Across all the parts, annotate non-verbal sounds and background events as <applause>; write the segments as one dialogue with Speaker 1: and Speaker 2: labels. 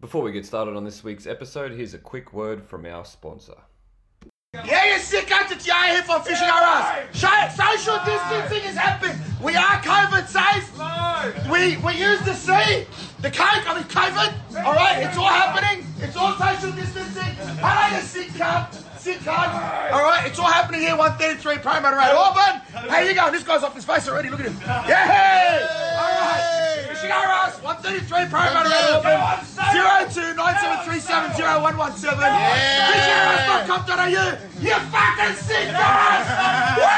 Speaker 1: Before we get started on this week's episode, here's a quick word from our sponsor.
Speaker 2: Yeah, you sick cunts, you are here for fishing our ass. Sh- Social distancing is happening. We are COVID safe. We we use the sea, the coke, I mean COVID. All right, it's all happening. It's all social distancing. Hello, you sick cunt, sick cunt. All right, it's all happening here. 133 Promoter Road, Auburn. How you going? This guy's off his face already. Look at him. Yeah. All right. Fishing our ass. 133 Promoter Road, Auburn. 0297370117. Fishing our ass. dot com dot au. You fucking sick cunts. Woo!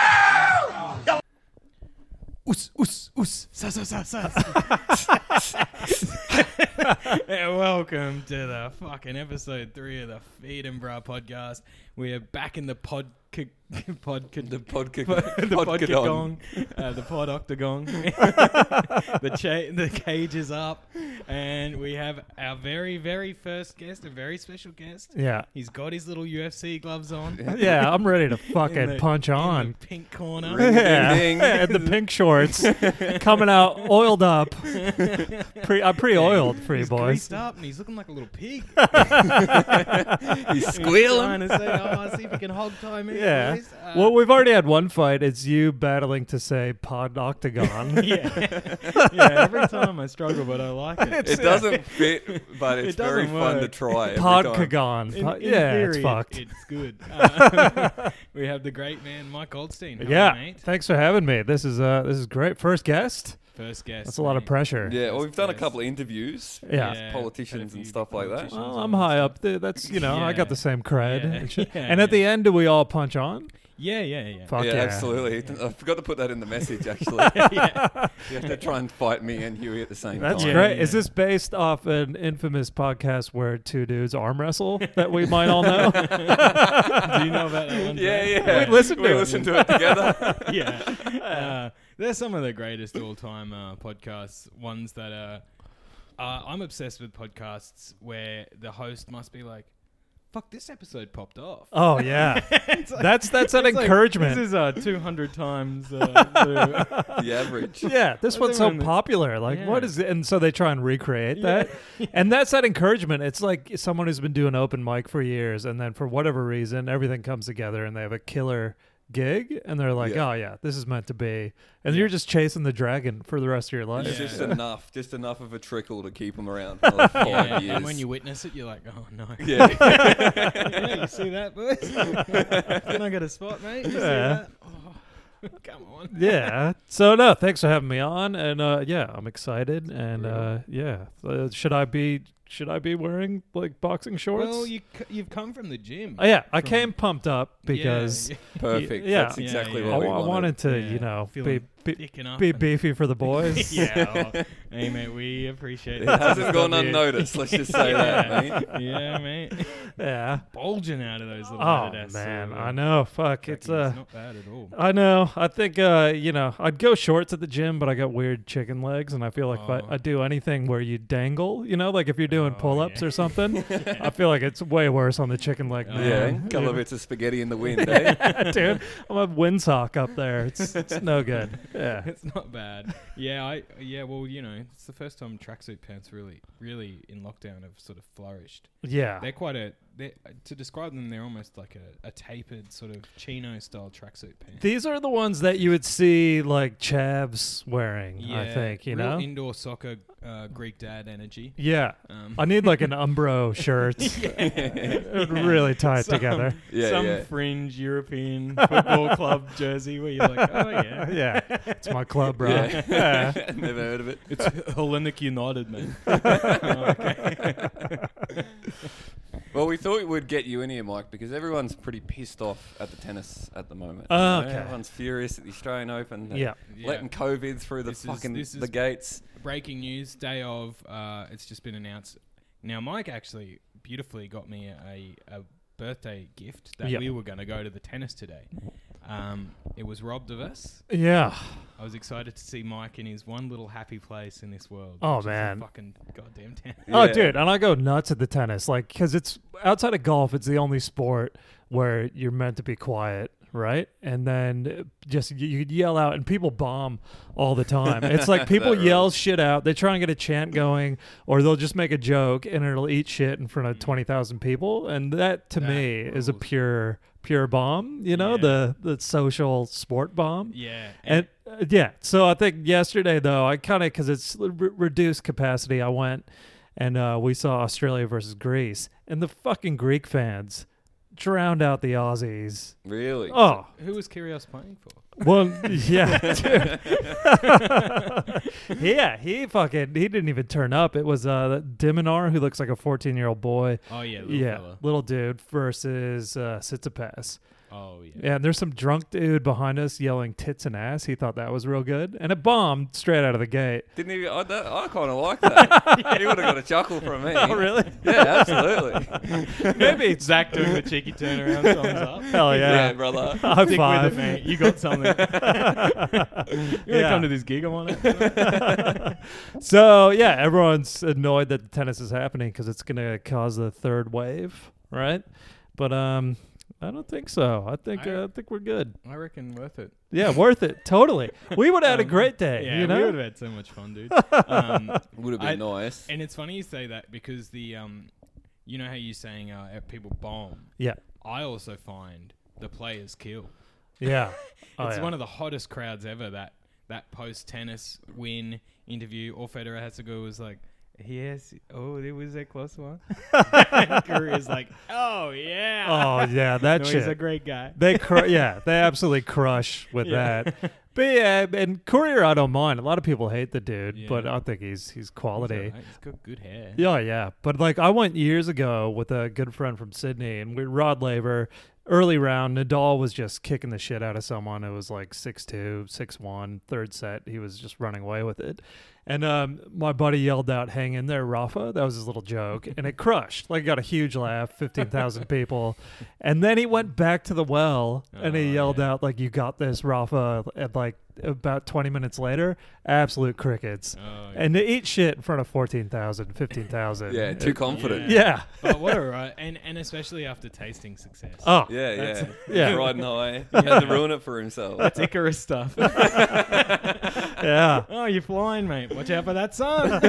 Speaker 3: Us, us, us.
Speaker 4: Sa, sa, sa, sa. And welcome to the fucking episode three of the Feed and Bra podcast. We are back in the pod. <laughs> c- Pod, c-
Speaker 1: The podca-
Speaker 4: the pod
Speaker 1: podcadon.
Speaker 4: octagon, uh, the pod octagon, <laughs> the cha- the cage is up, and we have our very very first guest, a very special guest.
Speaker 3: Yeah.
Speaker 4: He's got his little UFC gloves on.
Speaker 3: Yeah, I'm ready to
Speaker 4: In
Speaker 3: fucking
Speaker 4: the-
Speaker 3: punch
Speaker 4: in the
Speaker 3: on.
Speaker 4: <laughs> pink corner.
Speaker 3: Yeah.
Speaker 1: Ding, ding.
Speaker 3: <laughs> And the
Speaker 4: <laughs>
Speaker 3: pink shorts coming out oiled up. Pre, I'm pre-oiled, free
Speaker 4: he's
Speaker 3: boys.
Speaker 4: greased up and he's looking like a little pig. <laughs>
Speaker 1: He's
Speaker 4: Trying
Speaker 1: squealing.
Speaker 4: to say, oh, see if we can hog tie me.
Speaker 3: Yeah.
Speaker 4: boys." Uh,
Speaker 3: Well, we've already had one fight. It's you battling to say pod
Speaker 4: <laughs>
Speaker 3: octagon.
Speaker 4: yeah. yeah, every time I struggle, but I like it.
Speaker 1: It doesn't fit, but it's
Speaker 4: It
Speaker 1: very
Speaker 4: doesn't
Speaker 1: fun to
Speaker 4: work.
Speaker 1: try. every time.
Speaker 3: Podcagon.
Speaker 4: In-
Speaker 3: Po-
Speaker 4: in
Speaker 3: yeah,
Speaker 4: theory,
Speaker 3: it's
Speaker 4: it-
Speaker 3: fucked.
Speaker 4: it's good. Uh, <laughs> we have the great man, Mike Goldstein. Hello,
Speaker 3: yeah.
Speaker 4: mate.
Speaker 3: Thanks for having me. This is uh this is great. First guest.
Speaker 4: First guest.
Speaker 3: That's a lot of
Speaker 4: mate.
Speaker 3: pressure.
Speaker 1: Yeah, well, we've done a
Speaker 4: Yes.
Speaker 1: couple of interviews.
Speaker 3: Yeah.
Speaker 4: Yeah, had a
Speaker 1: Politicians
Speaker 4: few
Speaker 1: and stuff like that.
Speaker 4: politicians.
Speaker 3: Well, I'm high up there. That's you know, I
Speaker 4: Yeah.
Speaker 3: got the same cred.
Speaker 4: Yeah.
Speaker 3: And, shit.
Speaker 4: Yeah,
Speaker 3: <laughs> and at
Speaker 4: yeah.
Speaker 3: the end, do we all punch on?
Speaker 4: Yeah, yeah, yeah. <laughs>
Speaker 3: Fuck yeah,
Speaker 1: yeah, absolutely. I forgot to put that in the message, actually. You have to try and fight me and Huey at the same
Speaker 3: That's
Speaker 1: time.
Speaker 4: Yeah,
Speaker 3: great.
Speaker 4: yeah.
Speaker 3: Is this based off an infamous podcast where two dudes arm wrestle that we might
Speaker 4: <laughs>
Speaker 3: all know?
Speaker 4: Do you know about that
Speaker 1: <laughs>
Speaker 4: one?
Speaker 1: Yeah,
Speaker 4: Jay?
Speaker 1: yeah.
Speaker 3: We listened to
Speaker 1: we
Speaker 3: it.
Speaker 1: listened to it
Speaker 4: <laughs>
Speaker 1: together.
Speaker 4: yeah. Uh, they're some of the greatest all time uh, podcasts. Ones that are. Uh, I'm obsessed with podcasts where the host must be like, fuck, this episode popped off.
Speaker 3: oh yeah,
Speaker 4: <laughs> It's like-
Speaker 3: that's that's an
Speaker 4: it's like,
Speaker 3: encouragement.
Speaker 4: this is uh, 200 times. Uh, the-
Speaker 1: the average.
Speaker 3: <laughs> yeah, this
Speaker 4: That's
Speaker 3: one's so
Speaker 4: everyone that-
Speaker 3: popular. Like, what
Speaker 4: Yeah.
Speaker 3: is it? And so they try and recreate that.
Speaker 4: <laughs>
Speaker 3: And that's that encouragement. It's like someone who's been doing open mic for years, and then for whatever reason, everything comes together and they have a killer gig, and they're like,
Speaker 1: Yeah.
Speaker 3: oh, yeah, this is meant to be. And you're just chasing the dragon for the rest of your life.
Speaker 1: It's just
Speaker 4: Yeah.
Speaker 1: enough, just enough of a trickle to keep them around for like five
Speaker 4: yeah,
Speaker 1: years.
Speaker 4: and when you witness it, you're like, oh <laughs> no.
Speaker 1: <laughs> yeah,
Speaker 4: yeah, you see that,
Speaker 3: <laughs>
Speaker 4: boys? Can I get a spot, mate? You see
Speaker 3: Yeah.
Speaker 4: that? Oh, come on.
Speaker 3: yeah. So no, thanks for having me on, and uh, yeah, I'm excited, and uh, yeah, uh, should I be should I be wearing like boxing shorts?
Speaker 4: Well, you c- you've come from the gym.
Speaker 3: Oh, yeah, I
Speaker 4: from-
Speaker 3: came pumped up
Speaker 4: Yeah, <laughs>
Speaker 3: because
Speaker 4: yeah.
Speaker 1: perfect.
Speaker 3: Yeah.
Speaker 1: That's
Speaker 4: Yeah,
Speaker 1: exactly
Speaker 4: yeah.
Speaker 3: I,
Speaker 1: what we
Speaker 3: wa- I
Speaker 1: wanted.
Speaker 3: wanted to,
Speaker 4: Yeah,
Speaker 3: you know, be
Speaker 4: feeling <laughs>
Speaker 3: be,
Speaker 4: thick enough
Speaker 3: be
Speaker 4: and-
Speaker 3: beefy for the
Speaker 4: <laughs>
Speaker 3: boys.
Speaker 4: yeah.
Speaker 3: <laughs>
Speaker 4: well, hey, mate, we appreciate
Speaker 1: It
Speaker 4: that.
Speaker 1: hasn't gone
Speaker 4: Love you.
Speaker 1: unnoticed. Let's just say that, mate.
Speaker 4: Yeah, mate.
Speaker 3: yeah.
Speaker 4: Bulging out of those little
Speaker 3: Oh
Speaker 4: Adidas,
Speaker 3: man,
Speaker 4: uh,
Speaker 3: I know. Fuck, it's
Speaker 4: trackies.
Speaker 3: uh,
Speaker 4: not bad at
Speaker 3: <laughs>
Speaker 4: all.
Speaker 3: I know. I think uh, you know, I'd go shorts at the gym, but I got weird chicken legs, and I feel like if
Speaker 4: Oh.
Speaker 3: I, I do anything where you dangle, you know, like if you're doing
Speaker 4: Oh,
Speaker 3: pull-ups
Speaker 4: yeah.
Speaker 3: or something, I feel like it's way worse on the chicken leg.
Speaker 4: Oh.
Speaker 1: Yeah,
Speaker 3: man.
Speaker 1: couple of bits of spaghetti in the wind, eh?
Speaker 3: <laughs> dude. I'm a windsock up there. It's it's no good. Yeah.
Speaker 4: It's not bad. Yeah, I yeah. Well, you know, it's the first time tracksuit pants really, really in lockdown have sort of flourished.
Speaker 3: Yeah.
Speaker 4: They're quite a. They're, to describe them, they're almost like a, a tapered sort of chino style tracksuit pants.
Speaker 3: These are the ones that you would see like Chavs wearing, I think, you
Speaker 4: real
Speaker 3: know?
Speaker 4: indoor soccer uh, Greek dad energy.
Speaker 3: yeah.
Speaker 4: Um, <laughs>
Speaker 3: I need like an Umbro shirt. <laughs> It would really tie
Speaker 4: <laughs>
Speaker 3: it
Speaker 4: Some-
Speaker 3: together.
Speaker 1: Yeah,
Speaker 4: some
Speaker 1: yeah.
Speaker 4: fringe
Speaker 3: <laughs>
Speaker 4: European football club jersey where you're like, oh yeah, <laughs>
Speaker 3: Yeah. It's my club, bro.
Speaker 1: Yeah.
Speaker 3: Yeah.
Speaker 1: <laughs> Never heard of it.
Speaker 4: it's Hellenic United,
Speaker 3: <laughs>
Speaker 4: <laughs> Oh, man. <laughs>
Speaker 1: Well, we thought we'd get you in here, Mike, because everyone's pretty pissed off at the tennis at the moment.
Speaker 3: Oh,
Speaker 1: You know,
Speaker 3: okay.
Speaker 1: Everyone's furious at the Australian Open. and
Speaker 3: Yeah.
Speaker 1: Letting COVID through the
Speaker 4: This is-
Speaker 1: fucking
Speaker 4: this is-
Speaker 1: the gates.
Speaker 4: breaking news day of uh, it's just been announced now mike actually beautifully got me a, a birthday gift that
Speaker 3: Yeah.
Speaker 4: we were going to go to the tennis today um, it was robbed of us
Speaker 3: Yeah.
Speaker 4: i was excited to see mike in his one little happy place in this world
Speaker 3: Oh,
Speaker 4: which is the
Speaker 3: man.
Speaker 4: fucking goddamn town
Speaker 3: Oh,
Speaker 1: Yeah.
Speaker 3: dude, and I go nuts at the tennis, like, because it's outside of golf, it's the only sport where you're meant to be quiet, right? And then just you you could yell out, and people bomb all the time. It's like people yell shit out. They try and get a chant going, or they'll just make a joke, and it'll eat shit in front of twenty thousand people. And that to me is a
Speaker 4: rules.
Speaker 3: pure pure bomb. You know
Speaker 4: Yeah.
Speaker 3: the the social sport bomb.
Speaker 4: <laughs> Yeah.
Speaker 3: And uh, yeah, so I think yesterday though, I kind of because it's l- re- reduced capacity, I went and uh, we saw Australia versus Greece, and the fucking Greek fans drowned out the Aussies.
Speaker 1: Really?
Speaker 3: Oh,
Speaker 4: who was Kyrgios playing for?
Speaker 3: well, <laughs> yeah, dude. <laughs> yeah, he fucking he didn't even turn up. It was uh Diminar who looks like a fourteen year old boy.
Speaker 4: Oh yeah, little
Speaker 3: yeah,
Speaker 4: fella.
Speaker 3: little dude versus uh, Sitsipas.
Speaker 4: Oh yeah.
Speaker 3: Yeah, and there's some drunk dude behind us yelling tits and ass. He thought that was real good. And it bombed straight out of
Speaker 4: <laughs>
Speaker 3: the gate.
Speaker 1: Didn't even. I, that, I kind of like that. He would have got a chuckle from me. Oh,
Speaker 3: really?
Speaker 1: Yeah, absolutely.
Speaker 3: <laughs> Maybe it's
Speaker 4: Zach <laughs> doing the cheeky turnaround, <laughs> thumbs up.
Speaker 3: Hell
Speaker 1: yeah,
Speaker 3: yeah.
Speaker 1: brother.
Speaker 3: <laughs> High
Speaker 4: Stick
Speaker 3: five.
Speaker 4: with it, <laughs>
Speaker 3: <laughs>
Speaker 4: mate. You got something. you want to
Speaker 3: Yeah.
Speaker 4: come to this gig? I want it. <laughs>
Speaker 3: <laughs> so, yeah, everyone's annoyed that the tennis is happening because it's going to cause the third wave, right? But um, I don't think so. I think
Speaker 4: I-
Speaker 3: uh, I think we're good.
Speaker 4: I reckon worth it.
Speaker 3: Yeah, worth it. Totally. We would have had a
Speaker 4: Um,
Speaker 3: great day.
Speaker 4: Yeah,
Speaker 3: you
Speaker 4: we
Speaker 3: know?
Speaker 4: would have had so much fun, dude.
Speaker 3: <laughs>
Speaker 4: um,
Speaker 1: Would have
Speaker 4: I-
Speaker 1: been nice.
Speaker 4: and it's funny you say that because the, um, you know how you're saying uh, uh, people bomb.
Speaker 3: yeah.
Speaker 4: I also find the players kill.
Speaker 3: Yeah.
Speaker 4: <laughs>
Speaker 3: Oh,
Speaker 4: it's
Speaker 3: yeah.
Speaker 4: one of the hottest crowds ever. That that post tennis win interview, all Federer has to go was like, "Yes, oh, it was a close one." <laughs> Kyrgios
Speaker 3: <laughs>
Speaker 4: like, "Oh yeah, <laughs>
Speaker 3: Oh, yeah. That
Speaker 4: no,
Speaker 3: shit.
Speaker 4: he's a great guy."
Speaker 3: They
Speaker 4: <laughs>
Speaker 3: cr- yeah, they absolutely crush with
Speaker 4: Yeah.
Speaker 3: that. But yeah, and Courier, I don't mind. A lot of people hate the dude, but
Speaker 4: Yeah.
Speaker 3: I think he's he's quality.
Speaker 4: He's got good hair.
Speaker 3: Yeah, yeah. But like I went years ago with a good friend from Sydney and we Rod Laver, early round, Nadal was just kicking the shit out of someone who was like 6'2, 6'1, third set, he was just running away with it. And um, my buddy yelled out, "Hang in there, Rafa!" That was his little joke, and it crushed. Like got a huge laugh, fifteen
Speaker 4: <laughs>
Speaker 3: thousand people. And then he went back to the well, and he
Speaker 4: Oh,
Speaker 3: yelled
Speaker 4: yeah.
Speaker 3: out, "Like you got this, Rafa!" At like about twenty minutes later, absolute crickets.
Speaker 4: Oh, yeah.
Speaker 3: And to eat shit in front of 14,000, 15,000.
Speaker 1: yeah, too <laughs> confident.
Speaker 3: Yeah.
Speaker 4: but what a right, and and especially after tasting success.
Speaker 3: Oh.
Speaker 1: Yeah, yeah. <laughs>
Speaker 4: That's-
Speaker 3: yeah.
Speaker 1: He's riding
Speaker 3: <laughs>
Speaker 1: high. Had to ruin it for himself.
Speaker 4: It's Icarus stuff.
Speaker 3: Yeah.
Speaker 4: <laughs> oh, you're flying, mate. Watch out for that
Speaker 3: <laughs>
Speaker 4: sun.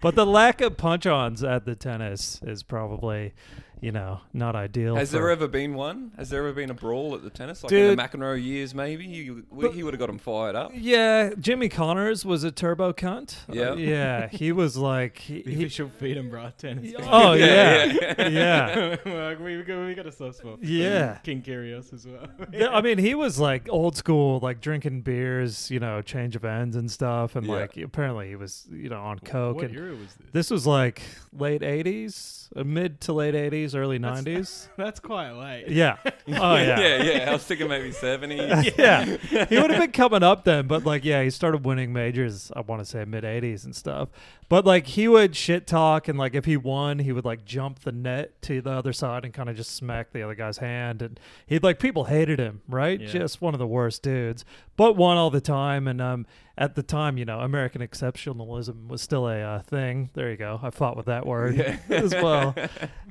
Speaker 3: But the lack of punch ons at the tennis is probably, you know, not ideal.
Speaker 1: Has
Speaker 3: for-
Speaker 1: there ever been one? Has there ever been a brawl at the tennis? Like in
Speaker 3: Dude.
Speaker 1: the McEnroe years, maybe? You, we, he would have got him fired up.
Speaker 3: Yeah. Jimmy Connors was a turbo cunt. Uh,
Speaker 1: Yeah.
Speaker 3: yeah. He was like, he,
Speaker 4: the
Speaker 3: he-
Speaker 4: official freedom bra tennis.
Speaker 1: <laughs>
Speaker 3: oh,
Speaker 1: Yeah,
Speaker 3: yeah. Yeah. yeah.
Speaker 4: Well, we, got, we got a soft spot. for
Speaker 3: Yeah.
Speaker 4: King Kyrgios as
Speaker 3: <laughs>
Speaker 4: well. <laughs>
Speaker 3: I mean, he was like old school, like drinking beers, you know, change of ends and stuff. And
Speaker 1: Yeah.
Speaker 3: like, apparently he was, you know, on Coke.
Speaker 4: what
Speaker 3: and
Speaker 4: era was this?
Speaker 3: This was like late 80s, uh, mid to late 80s, early 90s.
Speaker 4: That's quite late.
Speaker 3: Yeah. Oh, yeah.
Speaker 1: <laughs> yeah, yeah. I was thinking maybe 70.
Speaker 4: <laughs>
Speaker 3: <laughs> yeah. He would have been coming up then, but like, yeah, he started winning majors, I want to say mid 80s and stuff. But like, he would shit talk, and like, if he won, he would like jump the net to the other side and kind of just smack the other guy's hand. And he'd like, people hated him, right?
Speaker 4: Yeah.
Speaker 3: Just one of the worst dudes, but won all the time. And um, at the time, you know, American exceptionalism was still a uh, thing. There you go. I fought with that word <laughs> as well.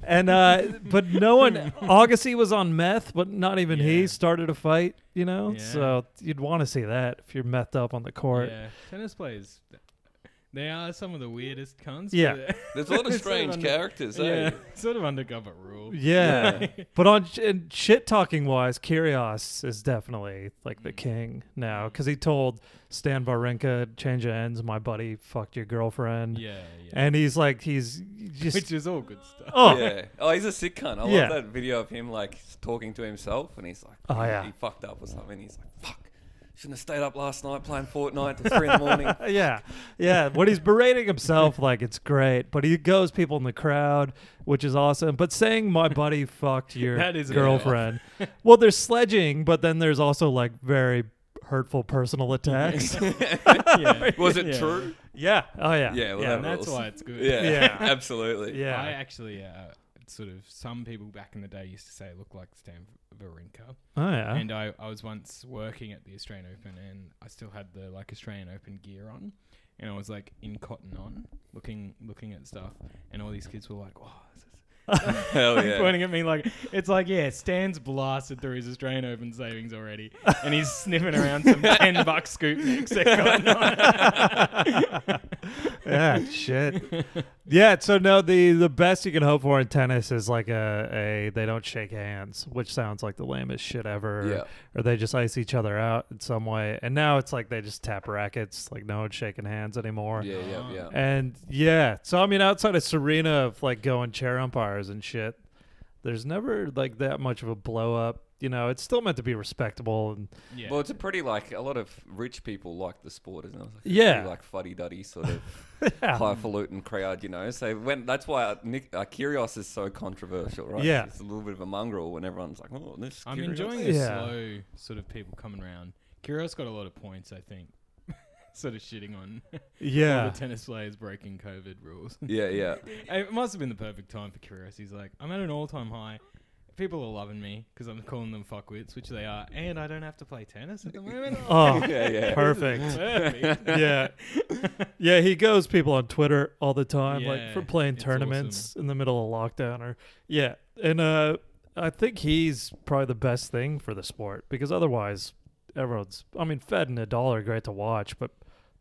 Speaker 3: And, uh,
Speaker 4: <laughs>
Speaker 3: but no one, Agassi was on meth, but not even he
Speaker 4: Yeah.
Speaker 3: started a fight, you know?
Speaker 4: Yeah.
Speaker 3: So you'd want to see that if you're methed up on the court.
Speaker 4: Yeah. Tennis players, they are some of the weirdest cons.
Speaker 3: Yeah.
Speaker 4: but-
Speaker 1: There's a lot of
Speaker 4: It's sort of
Speaker 1: strange
Speaker 4: under-
Speaker 1: characters, eh?
Speaker 4: <laughs> yeah. Sort of undercover rule.
Speaker 3: Yeah. <laughs> but on and shit talking wise, Kyrgios is definitely like
Speaker 4: Mm.
Speaker 3: the king now because he told Stan Wawrinka, change of ends, my buddy fucked your girlfriend.
Speaker 4: Yeah. yeah.
Speaker 3: And he's like, he's
Speaker 4: <laughs>
Speaker 3: just.
Speaker 4: Which is all good stuff.
Speaker 3: oh,
Speaker 1: Yeah. Oh, he's a sick cunt. I
Speaker 3: Yeah.
Speaker 1: love that video of him like talking to himself, and he's like,
Speaker 3: Oh, yeah.
Speaker 1: he fucked up or something. He's like, fuck, shouldn't have stayed up last night playing Fortnite till three in the
Speaker 3: <laughs>
Speaker 1: morning.
Speaker 3: Uh, yeah, yeah. When he's berating
Speaker 4: <laughs>
Speaker 3: himself, like it's great, but he goes people in the crowd, which is awesome. But saying my
Speaker 4: <laughs>
Speaker 3: buddy fucked your
Speaker 4: That is a bit off. <laughs>
Speaker 3: girlfriend, well, there's sledging, but then there's also like very
Speaker 4: <laughs>
Speaker 3: hurtful personal attacks.
Speaker 4: Yeah.
Speaker 1: Was it
Speaker 4: Yeah.
Speaker 1: true?
Speaker 3: <laughs> yeah. Oh yeah.
Speaker 1: Yeah, well,
Speaker 3: yeah.
Speaker 1: that
Speaker 4: That's
Speaker 1: rules.
Speaker 4: why it's good.
Speaker 1: Yeah,
Speaker 3: Yeah.
Speaker 1: <laughs> absolutely.
Speaker 3: yeah.
Speaker 4: I actually, uh, sort of, some people back in the day used to say I look like Stan Wawrinka.
Speaker 3: oh yeah.
Speaker 4: And I, I was once working at the Australian Open and I still had the like Australian Open gear on and I was like in cotton on looking looking at stuff and all these kids were like, Wow, this is <laughs>
Speaker 1: Hell yeah.
Speaker 4: pointing at me like it's like yeah, Stan's blasted through his Australian Open savings already, and he's sniffing around some ten buck scoop mix. that got
Speaker 3: <laughs>
Speaker 4: on.
Speaker 3: yeah, shit. Yeah, so no, the the best you can hope for in tennis is like a, a they don't shake hands, which sounds like the lamest shit ever.
Speaker 1: Yeah.
Speaker 3: Or they just ice each other out in some way. And now it's like they just tap rackets, like no one's shaking hands anymore.
Speaker 1: Yeah, yeah, yeah.
Speaker 3: And yeah, so I mean, outside of Serena, of like going chair umpires and shit, there's never like that much of a blow up. You know, it's still meant to be respectable and
Speaker 4: yeah.
Speaker 1: Well, it's a pretty like a lot of rich people like the sport, isn't it? It's like a
Speaker 3: Yeah. Um,
Speaker 1: pretty, like fuddy duddy sort of highfalutin crowd, you know. So when that's why Nick uh, Kyrgios is so controversial, right?
Speaker 3: Yeah.
Speaker 1: it's a little bit of a mongrel when everyone's like, "Oh, this."
Speaker 4: I'm
Speaker 1: Kyrgios."
Speaker 4: enjoying the
Speaker 3: Yeah.
Speaker 4: slow sort of people coming round. Kyrgios got a lot of points, I think. <laughs> sort of shitting on all
Speaker 3: yeah,
Speaker 4: the tennis players breaking COVID rules.
Speaker 1: Yeah, yeah,
Speaker 4: it must have been the perfect time for Kyrgios. He's like, I'm at an all-time high. People are loving me because I'm calling them fuckwits, which they are, and I don't have to play tennis
Speaker 3: <laughs>
Speaker 4: at the moment.
Speaker 1: <laughs>
Speaker 3: oh,
Speaker 1: yeah, yeah.
Speaker 3: <laughs> perfect.
Speaker 4: Perfect.
Speaker 3: yeah,
Speaker 4: <laughs>
Speaker 3: yeah. He goes people on Twitter all the time,
Speaker 4: Yeah,
Speaker 3: like for playing
Speaker 4: it's
Speaker 3: tournaments in the middle of lockdown or yeah. And uh, I think he's probably the best thing for the sport because otherwise, everyone's. I mean, Fed and Nadal are great to watch, but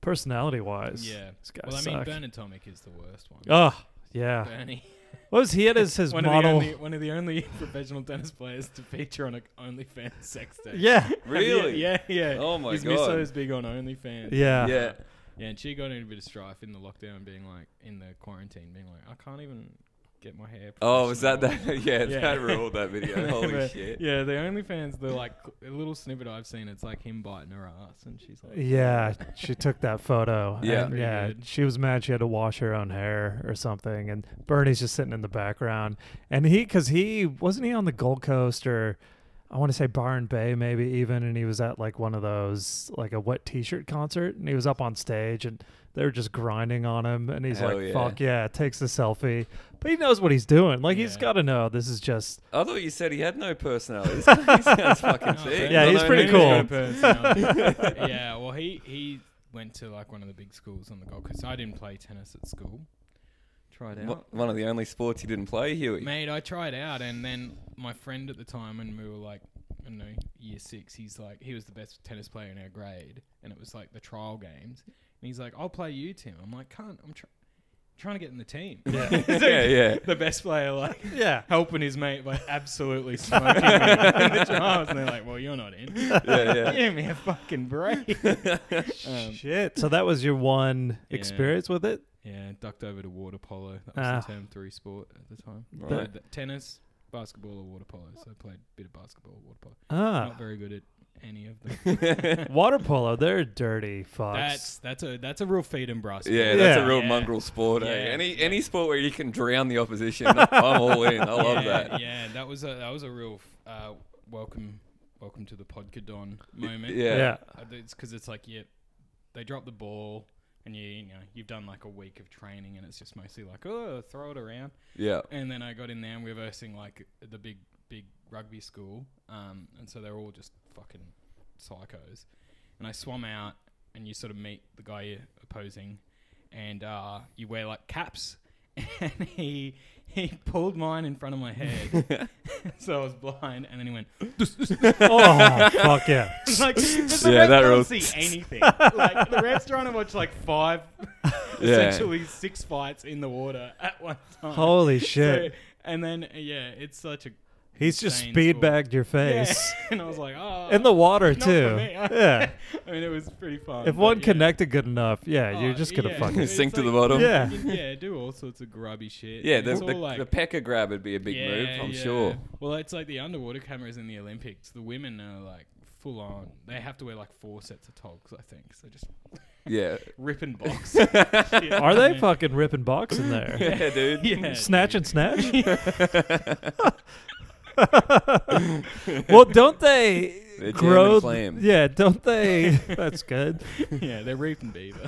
Speaker 3: personality wise,
Speaker 4: yeah.
Speaker 3: this guy
Speaker 4: Well, I mean,
Speaker 3: sucks.
Speaker 4: Bernard Tomic is the worst one.
Speaker 3: Oh, yeah. <laughs>
Speaker 4: Bernie,
Speaker 3: What was he had as
Speaker 4: <laughs>
Speaker 3: his
Speaker 4: one
Speaker 3: model?
Speaker 4: of the only one of the only <laughs> professional tennis players to feature on a OnlyFans sex tape.
Speaker 3: <laughs>
Speaker 4: <laughs>
Speaker 3: yeah.
Speaker 4: Have you-
Speaker 1: really?
Speaker 4: Yeah, yeah.
Speaker 1: Oh my
Speaker 4: His
Speaker 1: God.
Speaker 4: miso is big on OnlyFans.
Speaker 3: Yeah.
Speaker 1: yeah.
Speaker 4: Yeah, and she got in a bit of strife in the lockdown, being like, in the quarantine, being like, I can't even get my hair.
Speaker 1: Oh, is that <laughs>
Speaker 4: professional."
Speaker 1: that? Yeah,
Speaker 4: Yeah.
Speaker 1: that ruled that
Speaker 4: <laughs>
Speaker 1: video. Holy
Speaker 4: But,
Speaker 1: shit!
Speaker 4: Yeah, the OnlyFans, the like a little snippet I've seen, it's like him biting her ass, and she's like,
Speaker 3: Yeah, she took that photo.
Speaker 1: <laughs> Yeah.
Speaker 3: and
Speaker 4: Pretty
Speaker 3: yeah.
Speaker 4: good.
Speaker 3: She was mad she had to wash her own hair or something, and Bernie's just sitting in the background. And he, because he wasn't he on the Gold Coast or I want to say Byron Bay maybe even, and he was at like one of those like a wet T-shirt concert, and he was up on stage and they were just grinding on him, and he's
Speaker 1: Hell
Speaker 3: like,
Speaker 1: yeah.
Speaker 3: "Fuck yeah!" Takes a selfie, but he knows what he's doing. Like he's
Speaker 4: Yeah.
Speaker 3: got to know this is just
Speaker 1: I thought you said he had no personality. <laughs> This guy sounds fucking
Speaker 4: <laughs> "No,
Speaker 1: sick.
Speaker 4: thanks."
Speaker 3: Yeah,
Speaker 1: Not
Speaker 3: he's pretty
Speaker 1: only-
Speaker 3: cool.
Speaker 4: a personality. yeah, well, he he went to like one of the big schools on the Gold Coast. I didn't play tennis at school. Tried out.
Speaker 1: Wha- One of the only sports he didn't play, Huey.
Speaker 4: Mate, I tried out, and then my friend at the time, when we were like, I don't know, year six, he's like, he was the best tennis player in our grade, and it was like the trial games, and he's like, I'll play you, Tim. I'm like, can't. I'm tr- trying to get in the team. Yeah,
Speaker 1: <laughs> yeah, yeah.
Speaker 4: <laughs> the best player, like
Speaker 3: yeah.
Speaker 4: helping his mate by absolutely smoking me in
Speaker 1: <laughs>
Speaker 4: the trials, and they're like, well, you're not in.
Speaker 1: Yeah, yeah.
Speaker 4: <laughs> Give me a
Speaker 1: <laughs>
Speaker 4: fucking break. Um,
Speaker 3: Shit. So that was your one
Speaker 4: Yeah.
Speaker 3: experience with it?
Speaker 4: yeah, ducked over to water polo. That was
Speaker 3: Ah.
Speaker 4: the term three sport at the time.
Speaker 1: Right.
Speaker 4: Played th- tennis, basketball, or water polo. So I played a bit of basketball, water polo.
Speaker 3: Ah.
Speaker 4: Not very good at any of them.
Speaker 3: Water polo, they're dirty fucks.
Speaker 4: that's that's a that's a real feed and brass.
Speaker 1: Yeah, that's
Speaker 3: Yeah.
Speaker 1: a real
Speaker 4: Yeah.
Speaker 1: mongrel sport. eh?
Speaker 4: Yeah,
Speaker 1: Any
Speaker 4: yeah.
Speaker 1: any sport where you can drown the opposition, I'm all in. I love
Speaker 4: yeah,
Speaker 1: that.
Speaker 4: Yeah, that was a that was a real f- uh, welcome welcome to the Podcadon moment.
Speaker 1: yeah. <laughs>
Speaker 3: yeah.
Speaker 4: Uh, it's because it's like yeah, they drop the ball and you you know you've done like a week of training and it's just mostly like oh throw it around.
Speaker 1: Yeah,
Speaker 4: And then I got in there and we were versing like the big big rugby school, um, and so they're all just fucking psychos. And I swam out and you sort of meet the guy you're opposing, and uh, you wear like caps. <laughs> And he he pulled mine in front of my head, <laughs> so I was blind. And then he went,
Speaker 3: Oh fuck yeah.
Speaker 4: <laughs>
Speaker 3: <laughs>
Speaker 4: like, does
Speaker 1: Yeah,
Speaker 4: the
Speaker 1: that
Speaker 4: ref can't
Speaker 1: rules.
Speaker 4: see anything. like, the ref's trying to watch like
Speaker 3: <laughs>
Speaker 4: five, essentially six fights in the water at one time.
Speaker 3: Holy
Speaker 4: So-
Speaker 3: shit.
Speaker 4: and then uh, yeah, it's such a
Speaker 3: He's just
Speaker 4: insane
Speaker 3: speed
Speaker 4: sport.
Speaker 3: bagged your
Speaker 4: Yeah.
Speaker 3: face.
Speaker 4: <laughs> and I was like, oh,
Speaker 3: In the water
Speaker 4: not for
Speaker 3: too.
Speaker 4: me. <laughs>
Speaker 3: yeah.
Speaker 4: I mean, it was pretty fun.
Speaker 3: If
Speaker 4: but
Speaker 3: one
Speaker 4: yeah.
Speaker 3: connected good enough, yeah,
Speaker 4: Oh,
Speaker 3: you're just gonna
Speaker 4: yeah. <laughs>
Speaker 3: fucking
Speaker 1: <laughs>
Speaker 4: It's
Speaker 1: sink to the
Speaker 4: like-
Speaker 1: bottom.
Speaker 3: Yeah.
Speaker 4: You can- yeah, do all sorts of grubby shit.
Speaker 1: yeah.
Speaker 4: And
Speaker 1: The,
Speaker 4: it's
Speaker 1: the,
Speaker 4: all like-
Speaker 1: the pecker grab would be a big move, I'm
Speaker 4: yeah.
Speaker 1: sure.
Speaker 4: Well, it's like the underwater cameras in the Olympics. The women are like full on. They have to wear like four sets of togs, I think. So just
Speaker 1: Yeah,
Speaker 4: ripping
Speaker 3: <laughs>
Speaker 4: box. Shit.
Speaker 3: Are they fucking ripping box in there?
Speaker 1: <laughs> yeah, dude.
Speaker 4: <laughs> Yeah.
Speaker 3: Snatch
Speaker 4: <laughs>
Speaker 3: and snatch? <laughs> well, don't they
Speaker 1: They're jam
Speaker 3: grow?
Speaker 1: and flam.
Speaker 3: Yeah, don't they? <laughs> That's good.
Speaker 4: yeah, they're reaping beaver.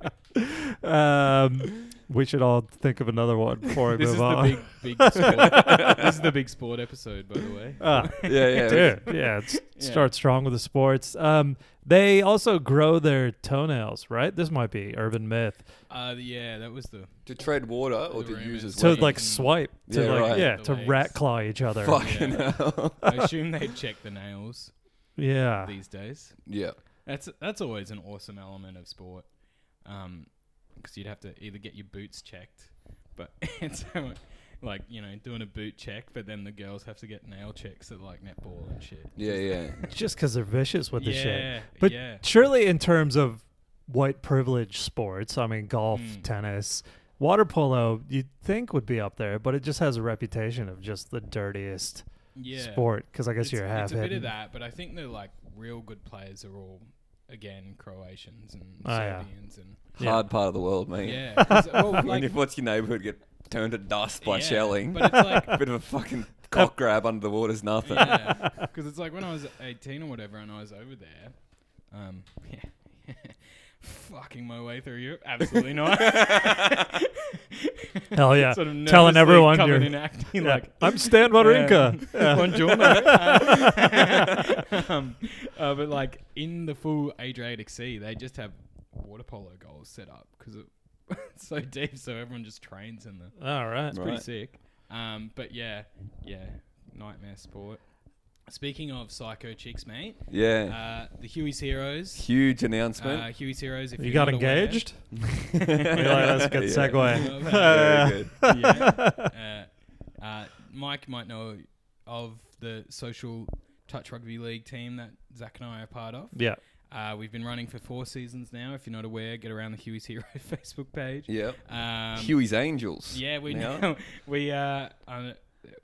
Speaker 3: <laughs> um, we should all think of another one before we
Speaker 4: this
Speaker 3: move
Speaker 4: is
Speaker 3: on.
Speaker 4: the big, big sport. this is the big
Speaker 3: <laughs>
Speaker 4: sport episode, by the way.
Speaker 3: <laughs>
Speaker 4: <laughs>
Speaker 3: Ah,
Speaker 1: Yeah, yeah.
Speaker 3: dude, yeah, it's,
Speaker 4: Yeah.
Speaker 3: start strong with the sports. Um, They also grow their toenails, right? This might be urban myth.
Speaker 4: Uh, yeah, that was the.
Speaker 1: To tread water or to
Speaker 4: Rumors.
Speaker 1: use as
Speaker 3: To
Speaker 4: So,
Speaker 1: weapon?
Speaker 3: like swipe, to
Speaker 1: Yeah,
Speaker 3: like
Speaker 1: right.
Speaker 3: yeah,
Speaker 4: The
Speaker 3: to
Speaker 4: legs.
Speaker 3: rat claw each
Speaker 1: <laughs>
Speaker 3: other.
Speaker 1: Fucking
Speaker 4: Yeah.
Speaker 1: hell. <laughs>
Speaker 3: <laughs>
Speaker 4: I assume they check the nails
Speaker 3: Yeah,
Speaker 4: these days.
Speaker 1: yeah.
Speaker 4: That's that's always an awesome element of sport, because you'd have to either get your boots checked, but <laughs> it's so, like you know doing a boot check, but then the girls have to get nail checks at like netball and shit.
Speaker 1: Yeah, yeah.
Speaker 3: just because they're vicious with the
Speaker 4: Yeah,
Speaker 3: shit. But
Speaker 4: yeah.
Speaker 3: surely, in terms of white privilege sports, I mean, golf,
Speaker 4: Hmm.
Speaker 3: tennis, water polo, you'd think would be up there, but it just has a reputation of just the dirtiest
Speaker 4: Yeah,
Speaker 3: sport. Because I guess
Speaker 4: It's,
Speaker 3: you're half
Speaker 4: it's a bit
Speaker 3: hidden.
Speaker 4: of that, but I think the like real good players are all again Croatians and
Speaker 3: Oh, yeah.
Speaker 4: Serbians and
Speaker 1: Hard part of the world, mate.
Speaker 4: yeah.
Speaker 3: <laughs>
Speaker 4: 'cause, well,
Speaker 1: when
Speaker 4: like,
Speaker 1: you watch your neighborhood get turned to dust by
Speaker 4: yeah,
Speaker 1: shelling, <laughs>
Speaker 4: but it's like
Speaker 1: bit of a
Speaker 4: <laughs>
Speaker 1: fucking cock grab under the water's nothing.
Speaker 4: yeah,
Speaker 3: <laughs>
Speaker 4: because it's like when I was 18 or whatever, and I was over there, um, <laughs> yeah, fucking my way through Europe. Absolutely
Speaker 3: <laughs>
Speaker 4: not.
Speaker 3: Hell
Speaker 4: <laughs>
Speaker 3: yeah,
Speaker 4: sort of
Speaker 3: telling
Speaker 4: nervously
Speaker 3: everyone
Speaker 4: covered
Speaker 3: you're.
Speaker 4: in acne,
Speaker 3: <laughs> yeah,
Speaker 4: like
Speaker 3: I'm Stan
Speaker 4: <laughs>
Speaker 3: Wawrinka.
Speaker 4: yeah, Buongiorno. <laughs>
Speaker 3: <laughs>
Speaker 4: um, uh, but like in the full Adriatic Sea, they just have water polo goals set up because <laughs> it's so deep, so everyone just trains in the.
Speaker 3: All right.
Speaker 1: Right.
Speaker 4: Pretty sick. Um, but yeah, yeah, nightmare sport. Speaking of psycho chicks, mate,
Speaker 1: Yeah.
Speaker 4: uh, the Huey's Heroes.
Speaker 1: Huge
Speaker 4: Uh, <laughs>
Speaker 1: announcement.
Speaker 4: Huey's Heroes. If
Speaker 3: You
Speaker 4: you're
Speaker 3: got
Speaker 4: not aware-
Speaker 3: engaged? Yeah, that's a
Speaker 1: <laughs>
Speaker 3: good
Speaker 1: Yeah.
Speaker 3: segue. <laughs>
Speaker 4: <laughs>
Speaker 1: Very good.
Speaker 4: yeah. Uh, uh, Mike might know of the social touch rugby league team that Zach and I are part of.
Speaker 3: Yeah.
Speaker 4: Uh, we've been running for four seasons now. If you're not aware, get around the Huey's Hero <laughs> Facebook page.
Speaker 1: Yep.
Speaker 4: Um,
Speaker 1: Huey's Angels.
Speaker 4: Yeah, we
Speaker 1: now.
Speaker 4: know. <laughs> We uh, uh,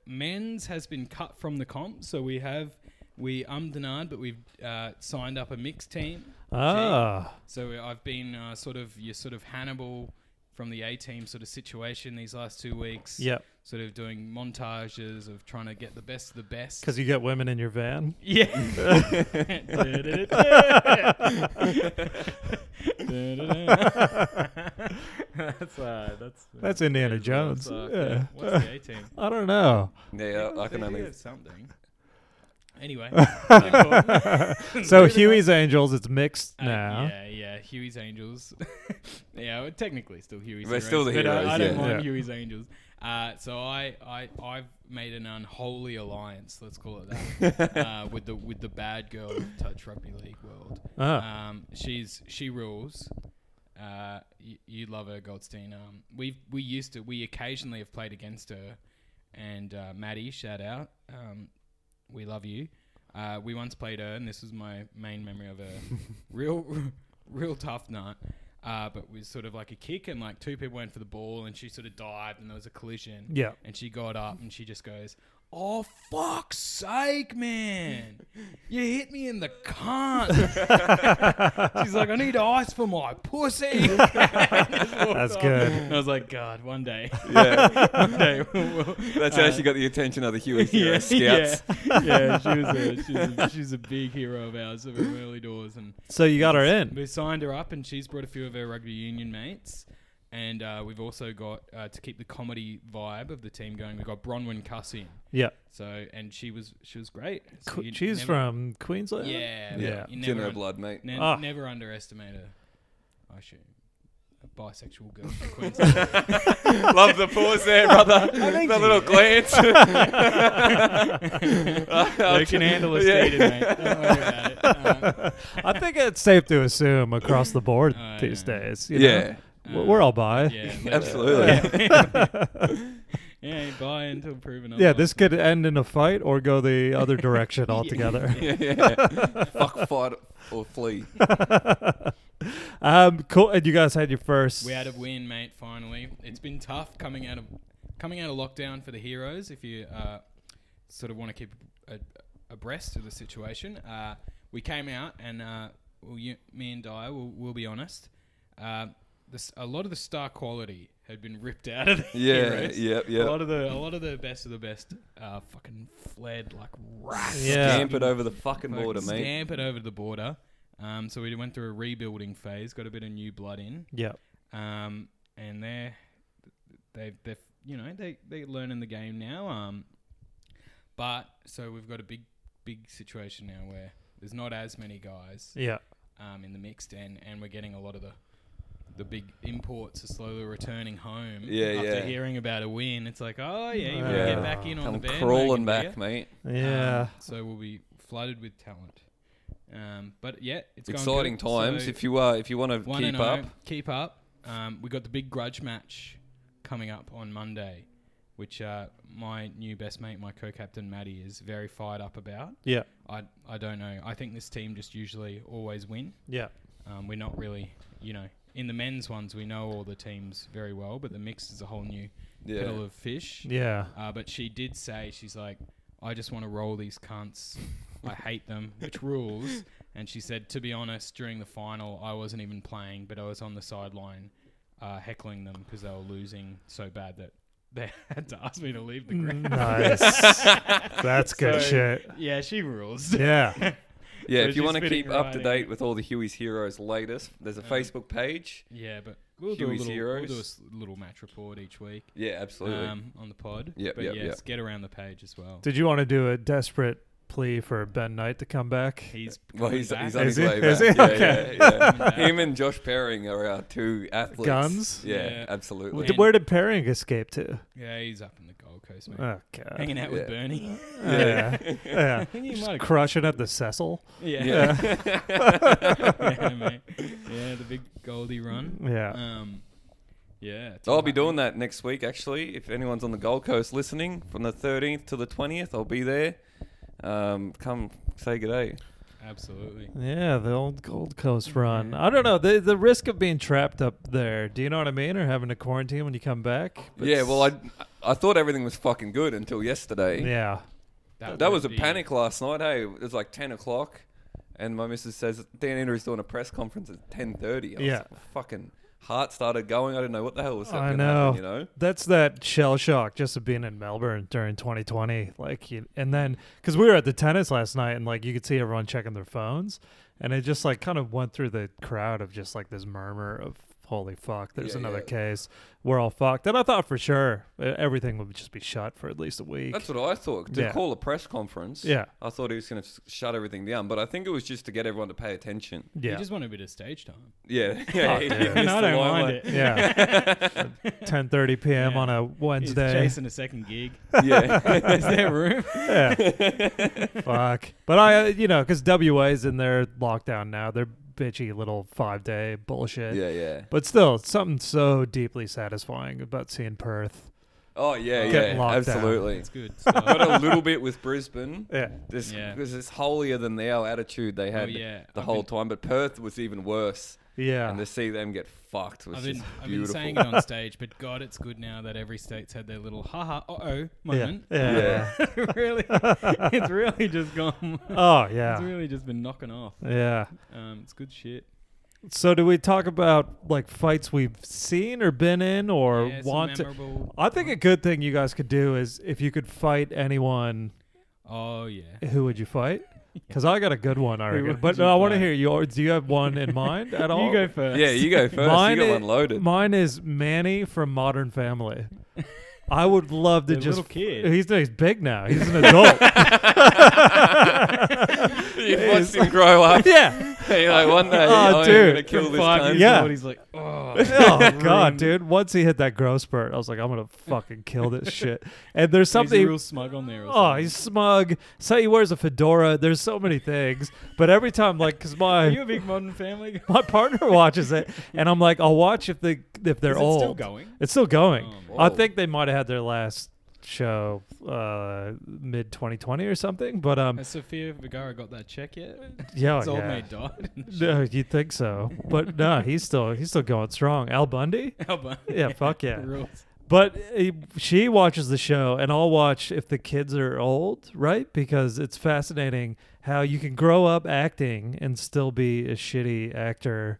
Speaker 4: men's has been cut from the comp, so we have we um denied, but we've uh, signed up a mixed team.
Speaker 3: Ah.
Speaker 4: So I've been uh, sort of your sort of Hannibal from the A team sort of situation these last two weeks.
Speaker 3: Yep.
Speaker 4: Sort of doing montages of trying to get the best of the best.
Speaker 3: Because you get women in your van. <laughs>
Speaker 4: Yeah. <laughs> that's uh, that's uh,
Speaker 3: That's Indiana Jones. Yeah.
Speaker 4: What's the A team?
Speaker 3: I
Speaker 4: <laughs>
Speaker 3: don't know.
Speaker 1: Yeah, I can
Speaker 4: They do
Speaker 1: only. <laughs>
Speaker 4: have something. Anyway. important. Moving
Speaker 3: So
Speaker 4: on.
Speaker 3: Huey's Angels, it's mixed
Speaker 4: Uh,
Speaker 3: now.
Speaker 4: Yeah, yeah. Huey's Angels. <laughs> yeah, well, technically still Huey's.
Speaker 1: We're still the
Speaker 4: but I-
Speaker 1: heroes,
Speaker 4: I, don't
Speaker 1: yeah.
Speaker 4: mind
Speaker 3: Yeah.
Speaker 4: Huey's Angels. Uh, so I, I, I've made an unholy alliance. Let's call it
Speaker 1: <laughs>
Speaker 4: that. uh, with the with the bad girl of touch rugby league world.
Speaker 3: Ah.
Speaker 4: Um, she's she rules. Uh, you, you love her, Goldstein. Um, we we used to we occasionally have played against her, and uh, Maddie, shout out. Um, we love you. Uh, we once played her, and this was my main memory of her. real, real tough nut. Uh, but was sort of like a kick, and like two people went for the ball, and she sort of dived, and there was a collision.
Speaker 3: Yeah.
Speaker 4: And she got up, and she just goes, "Oh fuck's sake, man! You hit me in the cunt." She's like, "I need ice for my pussy." And just walked
Speaker 3: That's
Speaker 4: off.
Speaker 3: good.
Speaker 4: And I was like, "God, one day,
Speaker 1: Yeah.
Speaker 4: one day." we'll-
Speaker 1: That's
Speaker 4: uh,
Speaker 1: how she got the attention of the
Speaker 4: <laughs>
Speaker 1: Huey's Hero Scouts.
Speaker 4: yeah, yeah. She was a, she's, a, she's a big hero of ours of her early doors, and
Speaker 3: So you got her in.
Speaker 4: we signed her up, and she's brought a few of her rugby union mates. And uh, we've also got uh, to keep the comedy vibe of the team going. We've got Bronwyn Cuss in,
Speaker 3: Yeah.
Speaker 4: so and she was she was great. So
Speaker 3: Qu-
Speaker 4: you
Speaker 3: She's
Speaker 4: never-
Speaker 3: from Queensland. <laughs>
Speaker 4: yeah,
Speaker 3: Yeah.
Speaker 4: You
Speaker 1: It's in
Speaker 4: never,
Speaker 1: her
Speaker 4: un-
Speaker 1: blood, mate.
Speaker 4: ne-
Speaker 3: Ah.
Speaker 4: never underestimate a, I should, a bisexual girl from Queensland.
Speaker 1: Love the pause
Speaker 4: <laughs>
Speaker 1: there, brother. that little glance. <laughs>
Speaker 4: they can handle a
Speaker 1: Yeah.
Speaker 4: seated, mate. Don't worry about it. Uh,
Speaker 3: I think it's safe to assume across the board
Speaker 4: Uh,
Speaker 3: these
Speaker 4: yeah.
Speaker 3: days. you
Speaker 1: Yeah.
Speaker 3: know? W- we're all by. <laughs>
Speaker 4: yeah, uh,
Speaker 1: Absolutely.
Speaker 4: <laughs> yeah, buy until proven otherwise.
Speaker 3: Yeah, this could end in a fight or go the
Speaker 4: <laughs>
Speaker 3: other direction altogether.
Speaker 1: <laughs> Yeah, <laughs> yeah. Fuck, fight, or flee.
Speaker 3: um, cool. And you guys had your first.
Speaker 4: We had a win, mate. Finally, it's been tough coming out of coming out of lockdown for the heroes. If you uh, sort of want to keep a, abreast of the situation, uh, we came out and uh, well, you, me and Dyer, we'll, we'll be honest. Uh, this, a lot of the star quality had been ripped out of the
Speaker 1: <laughs> Yeah,
Speaker 4: heroes.
Speaker 1: yep, yep.
Speaker 4: A lot of the a lot of the best of the best uh, fucking fled like rats.
Speaker 3: Yeah.
Speaker 1: Scampered over the fucking
Speaker 4: Fucking
Speaker 1: border, mate.
Speaker 4: Stamp it over the border. Um, so we went through a rebuilding phase, got a bit of new blood in,
Speaker 3: Yeah.
Speaker 4: um, and they're they they you know they they learning the game now. Um, but so we've got a big big situation now where there's not as many guys,
Speaker 3: Yeah.
Speaker 4: um, in the mixed, and, and we're getting a lot of the the big imports are slowly returning home.
Speaker 1: Yeah,
Speaker 4: after
Speaker 1: yeah.
Speaker 4: hearing about a win, it's like, oh yeah, you want to
Speaker 3: Yeah.
Speaker 4: get back in on
Speaker 1: Come
Speaker 4: the band.
Speaker 1: crawling back, mate.
Speaker 3: Yeah.
Speaker 4: Um, so we'll be flooded with talent. Um, but yeah, it's going
Speaker 1: Exciting
Speaker 4: good.
Speaker 1: times.
Speaker 4: So
Speaker 1: if you uh, if you want to
Speaker 4: one and
Speaker 1: keep up,
Speaker 4: oh, keep up. Um, we got the big grudge match coming up on Monday, which uh, my new best mate, my co-captain Maddie, is very fired up about.
Speaker 3: yeah.
Speaker 4: I I don't know. I think this team just usually always win.
Speaker 3: Yeah.
Speaker 4: Um, we're not really, you know, in the men's ones we know all the teams very well, but the mix is a whole new
Speaker 1: Yeah.
Speaker 4: kettle of fish. <laughs>
Speaker 3: Yeah.
Speaker 4: Uh, but she did say she's like, I just want to roll these cunts. I hate them, which rules. And she said, to be honest, during the final, I wasn't even playing, but I was on the sideline uh, heckling them because they were losing so bad that they <laughs> had to ask me to leave the ground.
Speaker 3: nice. That's Mm, good
Speaker 4: <laughs> So-
Speaker 3: shit.
Speaker 4: Yeah, she rules.
Speaker 3: Yeah.
Speaker 1: yeah,
Speaker 4: So
Speaker 1: if you
Speaker 4: she's
Speaker 1: want to
Speaker 4: fitting
Speaker 1: keep up to
Speaker 4: right
Speaker 1: date
Speaker 4: in.
Speaker 1: with all the Huey's Heroes latest, there's a Facebook page.
Speaker 4: Yeah, but we'll do a
Speaker 1: Huey's
Speaker 4: little, we'll
Speaker 1: Heroes.
Speaker 4: do a s- little match report each week
Speaker 1: Yeah, absolutely.
Speaker 4: um, on the pod.
Speaker 1: Yep,
Speaker 4: but
Speaker 1: yep,
Speaker 4: yeah,
Speaker 1: yep.
Speaker 4: it's get around the page as well.
Speaker 3: Did you want to do a desperate plea for Ben Knight to come back?
Speaker 4: He's
Speaker 1: well,
Speaker 4: coming
Speaker 1: he's,
Speaker 4: back.
Speaker 1: he's on
Speaker 3: Is
Speaker 1: his
Speaker 3: he?
Speaker 1: way back.
Speaker 3: Is he?
Speaker 1: Yeah,
Speaker 3: Okay.
Speaker 1: yeah,
Speaker 4: <laughs>
Speaker 1: yeah. Him and Josh Perring are our two athletes.
Speaker 3: Guns?
Speaker 1: Yeah,
Speaker 4: Yeah.
Speaker 1: absolutely.
Speaker 3: Well,
Speaker 4: And-
Speaker 3: Where did Perring escape to?
Speaker 4: yeah, he's up in the Gold Coast, mate.
Speaker 3: Okay.
Speaker 4: Hanging out
Speaker 1: Yeah.
Speaker 4: with Bernie.
Speaker 3: Yeah.
Speaker 4: <laughs>
Speaker 3: yeah.
Speaker 4: I think he might
Speaker 3: Just
Speaker 4: have
Speaker 3: crushing at the Cecil.
Speaker 4: <laughs> Yeah.
Speaker 1: Yeah.
Speaker 4: <laughs>
Speaker 1: <laughs>
Speaker 4: yeah, mate. Yeah, the big Goldie run.
Speaker 3: Yeah.
Speaker 4: Um, yeah. it's
Speaker 1: I'll be
Speaker 4: alright.
Speaker 1: doing that next week, actually. If anyone's on the Gold Coast listening, from the 13th to the 20th, I'll be there. Um, come say good day.
Speaker 4: Absolutely.
Speaker 3: Yeah, the old Gold Coast run. I don't know the the risk of being trapped up there. Do you know what I mean? Or having to quarantine when you come back? But
Speaker 1: Yeah, well, I I thought everything was fucking good until yesterday.
Speaker 3: yeah,
Speaker 1: That
Speaker 4: would
Speaker 1: was a
Speaker 4: be-
Speaker 1: panic last night. Hey, it was like 10 o'clock, and my missus says Dan Andrews doing a press conference at 10:30. I was
Speaker 3: Yeah.
Speaker 1: like, my fucking heart started going. I didn't know what the hell was
Speaker 3: I
Speaker 1: happening.
Speaker 3: know.
Speaker 1: you know.
Speaker 3: that's that shell shock just of being in Melbourne during 2020. Like, you, and then because we were at the tennis last night, and like you could see everyone checking their phones, and it just like kind of went through the crowd of just like this murmur of holy fuck, there's
Speaker 1: Yeah,
Speaker 3: another
Speaker 1: yeah.
Speaker 3: case. We're all fucked. And I thought for sure uh, everything would just be shut for at least a week.
Speaker 1: That's what I thought. To
Speaker 3: Yeah.
Speaker 1: call a press conference.
Speaker 3: Yeah.
Speaker 1: I thought he was going to shut everything down, but I think it was just to get everyone to pay attention. <laughs>
Speaker 4: You
Speaker 3: yeah.
Speaker 4: just want a bit of stage time.
Speaker 1: Yeah. <laughs> yeah,
Speaker 3: Oh,
Speaker 1: he- he
Speaker 3: dude.
Speaker 1: missed
Speaker 4: No, I
Speaker 1: the
Speaker 4: don't mind
Speaker 1: limelight.
Speaker 4: it.
Speaker 3: Yeah.
Speaker 1: <laughs>
Speaker 3: 10:30 p.m. on a
Speaker 4: Is
Speaker 3: Wednesday.
Speaker 4: Jason a second gig? <laughs>
Speaker 1: Yeah. <laughs>
Speaker 4: Is there room?
Speaker 3: Yeah. <laughs> Fuck. But I, uh, you know, because WA's in their lockdown now. They're bitchy little five day bullshit.
Speaker 1: yeah, yeah.
Speaker 3: But still, it's something so deeply satisfying about seeing Perth.
Speaker 1: Oh, yeah,
Speaker 3: Get
Speaker 1: yeah.
Speaker 3: locked
Speaker 1: Absolutely.
Speaker 4: It's good.
Speaker 1: Got
Speaker 4: Stuff.
Speaker 1: a little bit with
Speaker 3: <laughs>
Speaker 1: Brisbane.
Speaker 3: Yeah.
Speaker 1: This,
Speaker 4: Yeah.
Speaker 1: There's this holier than thou attitude they had
Speaker 4: yeah.
Speaker 1: the
Speaker 4: I've
Speaker 1: whole
Speaker 4: been-
Speaker 1: time, but Perth was even worse.
Speaker 3: Yeah.
Speaker 1: And to see them get fucked was
Speaker 4: I've been,
Speaker 1: just
Speaker 4: I've been
Speaker 1: beautiful.
Speaker 4: saying it on stage, but God, it's good now that every state's had their little haha, uh oh
Speaker 3: yeah.
Speaker 4: moment.
Speaker 3: yeah.
Speaker 1: <laughs> Yeah.
Speaker 4: <laughs> really, it's really just gone.
Speaker 3: Oh,
Speaker 4: It's
Speaker 3: yeah.
Speaker 4: really just been knocking off.
Speaker 3: Yeah.
Speaker 4: Um, it's good shit.
Speaker 3: So, do we talk about like fights we've seen or been in or
Speaker 4: Yeah, some
Speaker 3: want to?
Speaker 4: memorable-
Speaker 3: I think a good thing you guys could do is if you could fight anyone,
Speaker 4: Oh yeah.
Speaker 3: who would
Speaker 4: <laughs>
Speaker 3: you fight? Because I got a good one, I
Speaker 4: Who
Speaker 3: reckon.
Speaker 4: would
Speaker 3: But
Speaker 4: you
Speaker 3: I want to
Speaker 4: fight?
Speaker 3: hear yours. Do you have one in mind at
Speaker 4: <laughs>
Speaker 3: all?
Speaker 4: You go first.
Speaker 1: yeah, you go first.
Speaker 3: Mine
Speaker 1: you got
Speaker 3: i-
Speaker 1: one loaded.
Speaker 3: Mine is Manny from
Speaker 4: <laughs>
Speaker 3: Modern Family. I would love to
Speaker 4: The
Speaker 3: just.
Speaker 4: little kid.
Speaker 3: He's he's big now. He's
Speaker 4: <laughs>
Speaker 3: an adult.
Speaker 1: <laughs>
Speaker 4: <laughs>
Speaker 1: you watched him grow up. <laughs>
Speaker 3: yeah.
Speaker 1: You're like, one day,
Speaker 3: Oh,
Speaker 1: oh,
Speaker 3: dude.
Speaker 1: I'm going to kill this
Speaker 4: Five
Speaker 1: cunt.
Speaker 4: years
Speaker 3: Yeah.
Speaker 4: old, he's like, oh,
Speaker 3: <laughs> Oh god, dude! Once he hit that growth spurt, I was like, I'm gonna fucking
Speaker 4: <laughs>
Speaker 3: kill this shit. And there's
Speaker 4: He's
Speaker 3: something.
Speaker 4: real smug on there. Or
Speaker 3: Oh,
Speaker 4: something.
Speaker 3: he's smug. So he wears a fedora. There's so many things, but every time, like, cause my
Speaker 4: Are <laughs> you a big Modern Family guy?
Speaker 3: <laughs> my partner watches it, and I'm like, I'll watch if they if they're
Speaker 4: Is it
Speaker 3: old.
Speaker 4: still going?
Speaker 3: It's still going.
Speaker 4: Oh,
Speaker 1: man.
Speaker 3: I think they might have had their last show uh, mid 2020 or something. But um,
Speaker 4: Has Sophia Vergara got that check yet?
Speaker 3: <laughs> yeah,
Speaker 4: His old
Speaker 3: yeah.
Speaker 4: mate died.
Speaker 3: <laughs> <laughs> No, you think so? But no, he's still he's still going strong. Al Bundy.
Speaker 4: Alba.
Speaker 3: Yeah, fuck yeah.
Speaker 4: <laughs> Rules.
Speaker 3: But uh, she watches the show, and I'll watch if the kids are old, right? Because it's fascinating how you can grow up acting and still be a shitty actor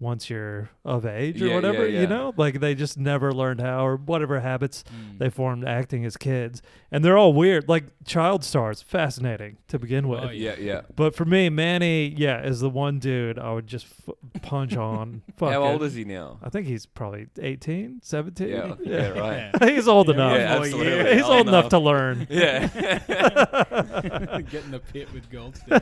Speaker 3: once you're of age or
Speaker 1: Yeah, yeah,
Speaker 3: whatever,
Speaker 1: yeah.
Speaker 3: you know? Like they just never learned how or whatever habits
Speaker 1: Mm.
Speaker 3: they formed acting as kids. And they're all weird. Like child stars, fascinating to begin with.
Speaker 4: yeah.
Speaker 1: Oh, Yeah, yeah.
Speaker 3: But for me, Manny, yeah, is the one dude I would just f- punch on.
Speaker 1: <laughs>
Speaker 3: Fuck
Speaker 1: How
Speaker 3: it.
Speaker 1: old is he now?
Speaker 4: <laughs>
Speaker 3: I think he's probably 18, 17. <laughs>
Speaker 1: Yeah, yeah, right.
Speaker 3: he's old enough.
Speaker 1: Yeah, absolutely.
Speaker 3: He's old enough
Speaker 4: <laughs>
Speaker 3: to learn. <laughs>
Speaker 1: Yeah.
Speaker 3: <laughs>
Speaker 4: Get in the pit with Goldstein.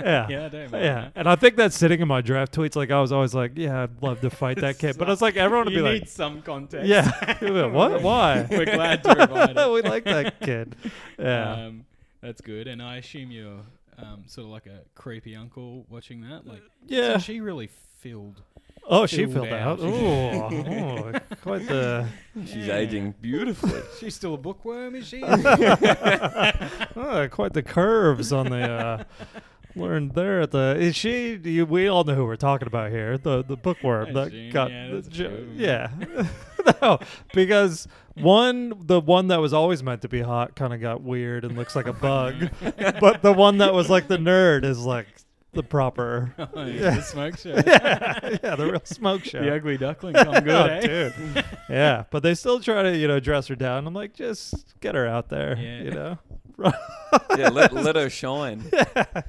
Speaker 3: yeah.
Speaker 4: Yeah, I don't mind
Speaker 3: Yeah.
Speaker 4: that.
Speaker 3: And I think that's sitting in my draft tweets. Like I was always like, yeah, I'd love to fight that kid, but I was like, everyone would
Speaker 4: you
Speaker 3: be
Speaker 4: need
Speaker 3: like,
Speaker 4: some context. <laughs>
Speaker 3: yeah, what? Why?
Speaker 4: We're glad to provide it.
Speaker 3: <laughs> we
Speaker 4: <laughs>
Speaker 3: like that kid. Yeah.
Speaker 4: Um, that's good. And I assume you're um, sort of like a creepy uncle watching that. Like,
Speaker 3: yeah.
Speaker 4: so she really filled.
Speaker 3: oh, she
Speaker 4: filled
Speaker 3: filled
Speaker 4: out.
Speaker 3: out. Ooh, ooh, quite the.
Speaker 1: <laughs> She's
Speaker 4: Yeah.
Speaker 1: aging
Speaker 4: <laughs>
Speaker 1: beautifully.
Speaker 4: She's still a bookworm,
Speaker 3: <laughs>
Speaker 4: is she?
Speaker 3: Oh, quite the curves on
Speaker 4: <laughs>
Speaker 3: the uh, learned there at the. Is she? You, we all know who we're talking about here. The the bookworm that
Speaker 4: June,
Speaker 3: got.
Speaker 4: yeah, that's
Speaker 3: the,
Speaker 4: true.
Speaker 3: yeah. <laughs> no, because one, the one that was always meant to be hot, kind of got weird and looks like
Speaker 4: <laughs>
Speaker 3: a bug, but the one that was like the nerd is like the proper.
Speaker 4: <laughs> Oh, yeah. The smoke show.
Speaker 3: <laughs> yeah, yeah, the real smoke show.
Speaker 4: The ugly duckling come
Speaker 3: <laughs>
Speaker 4: good,
Speaker 3: Oh,
Speaker 4: eh?
Speaker 3: dude. yeah, but they still try to, you know, dress her down. I'm like, just get her out there,
Speaker 4: Yeah.
Speaker 3: you know.
Speaker 1: <laughs> yeah, let, let her
Speaker 3: <laughs>
Speaker 1: shine.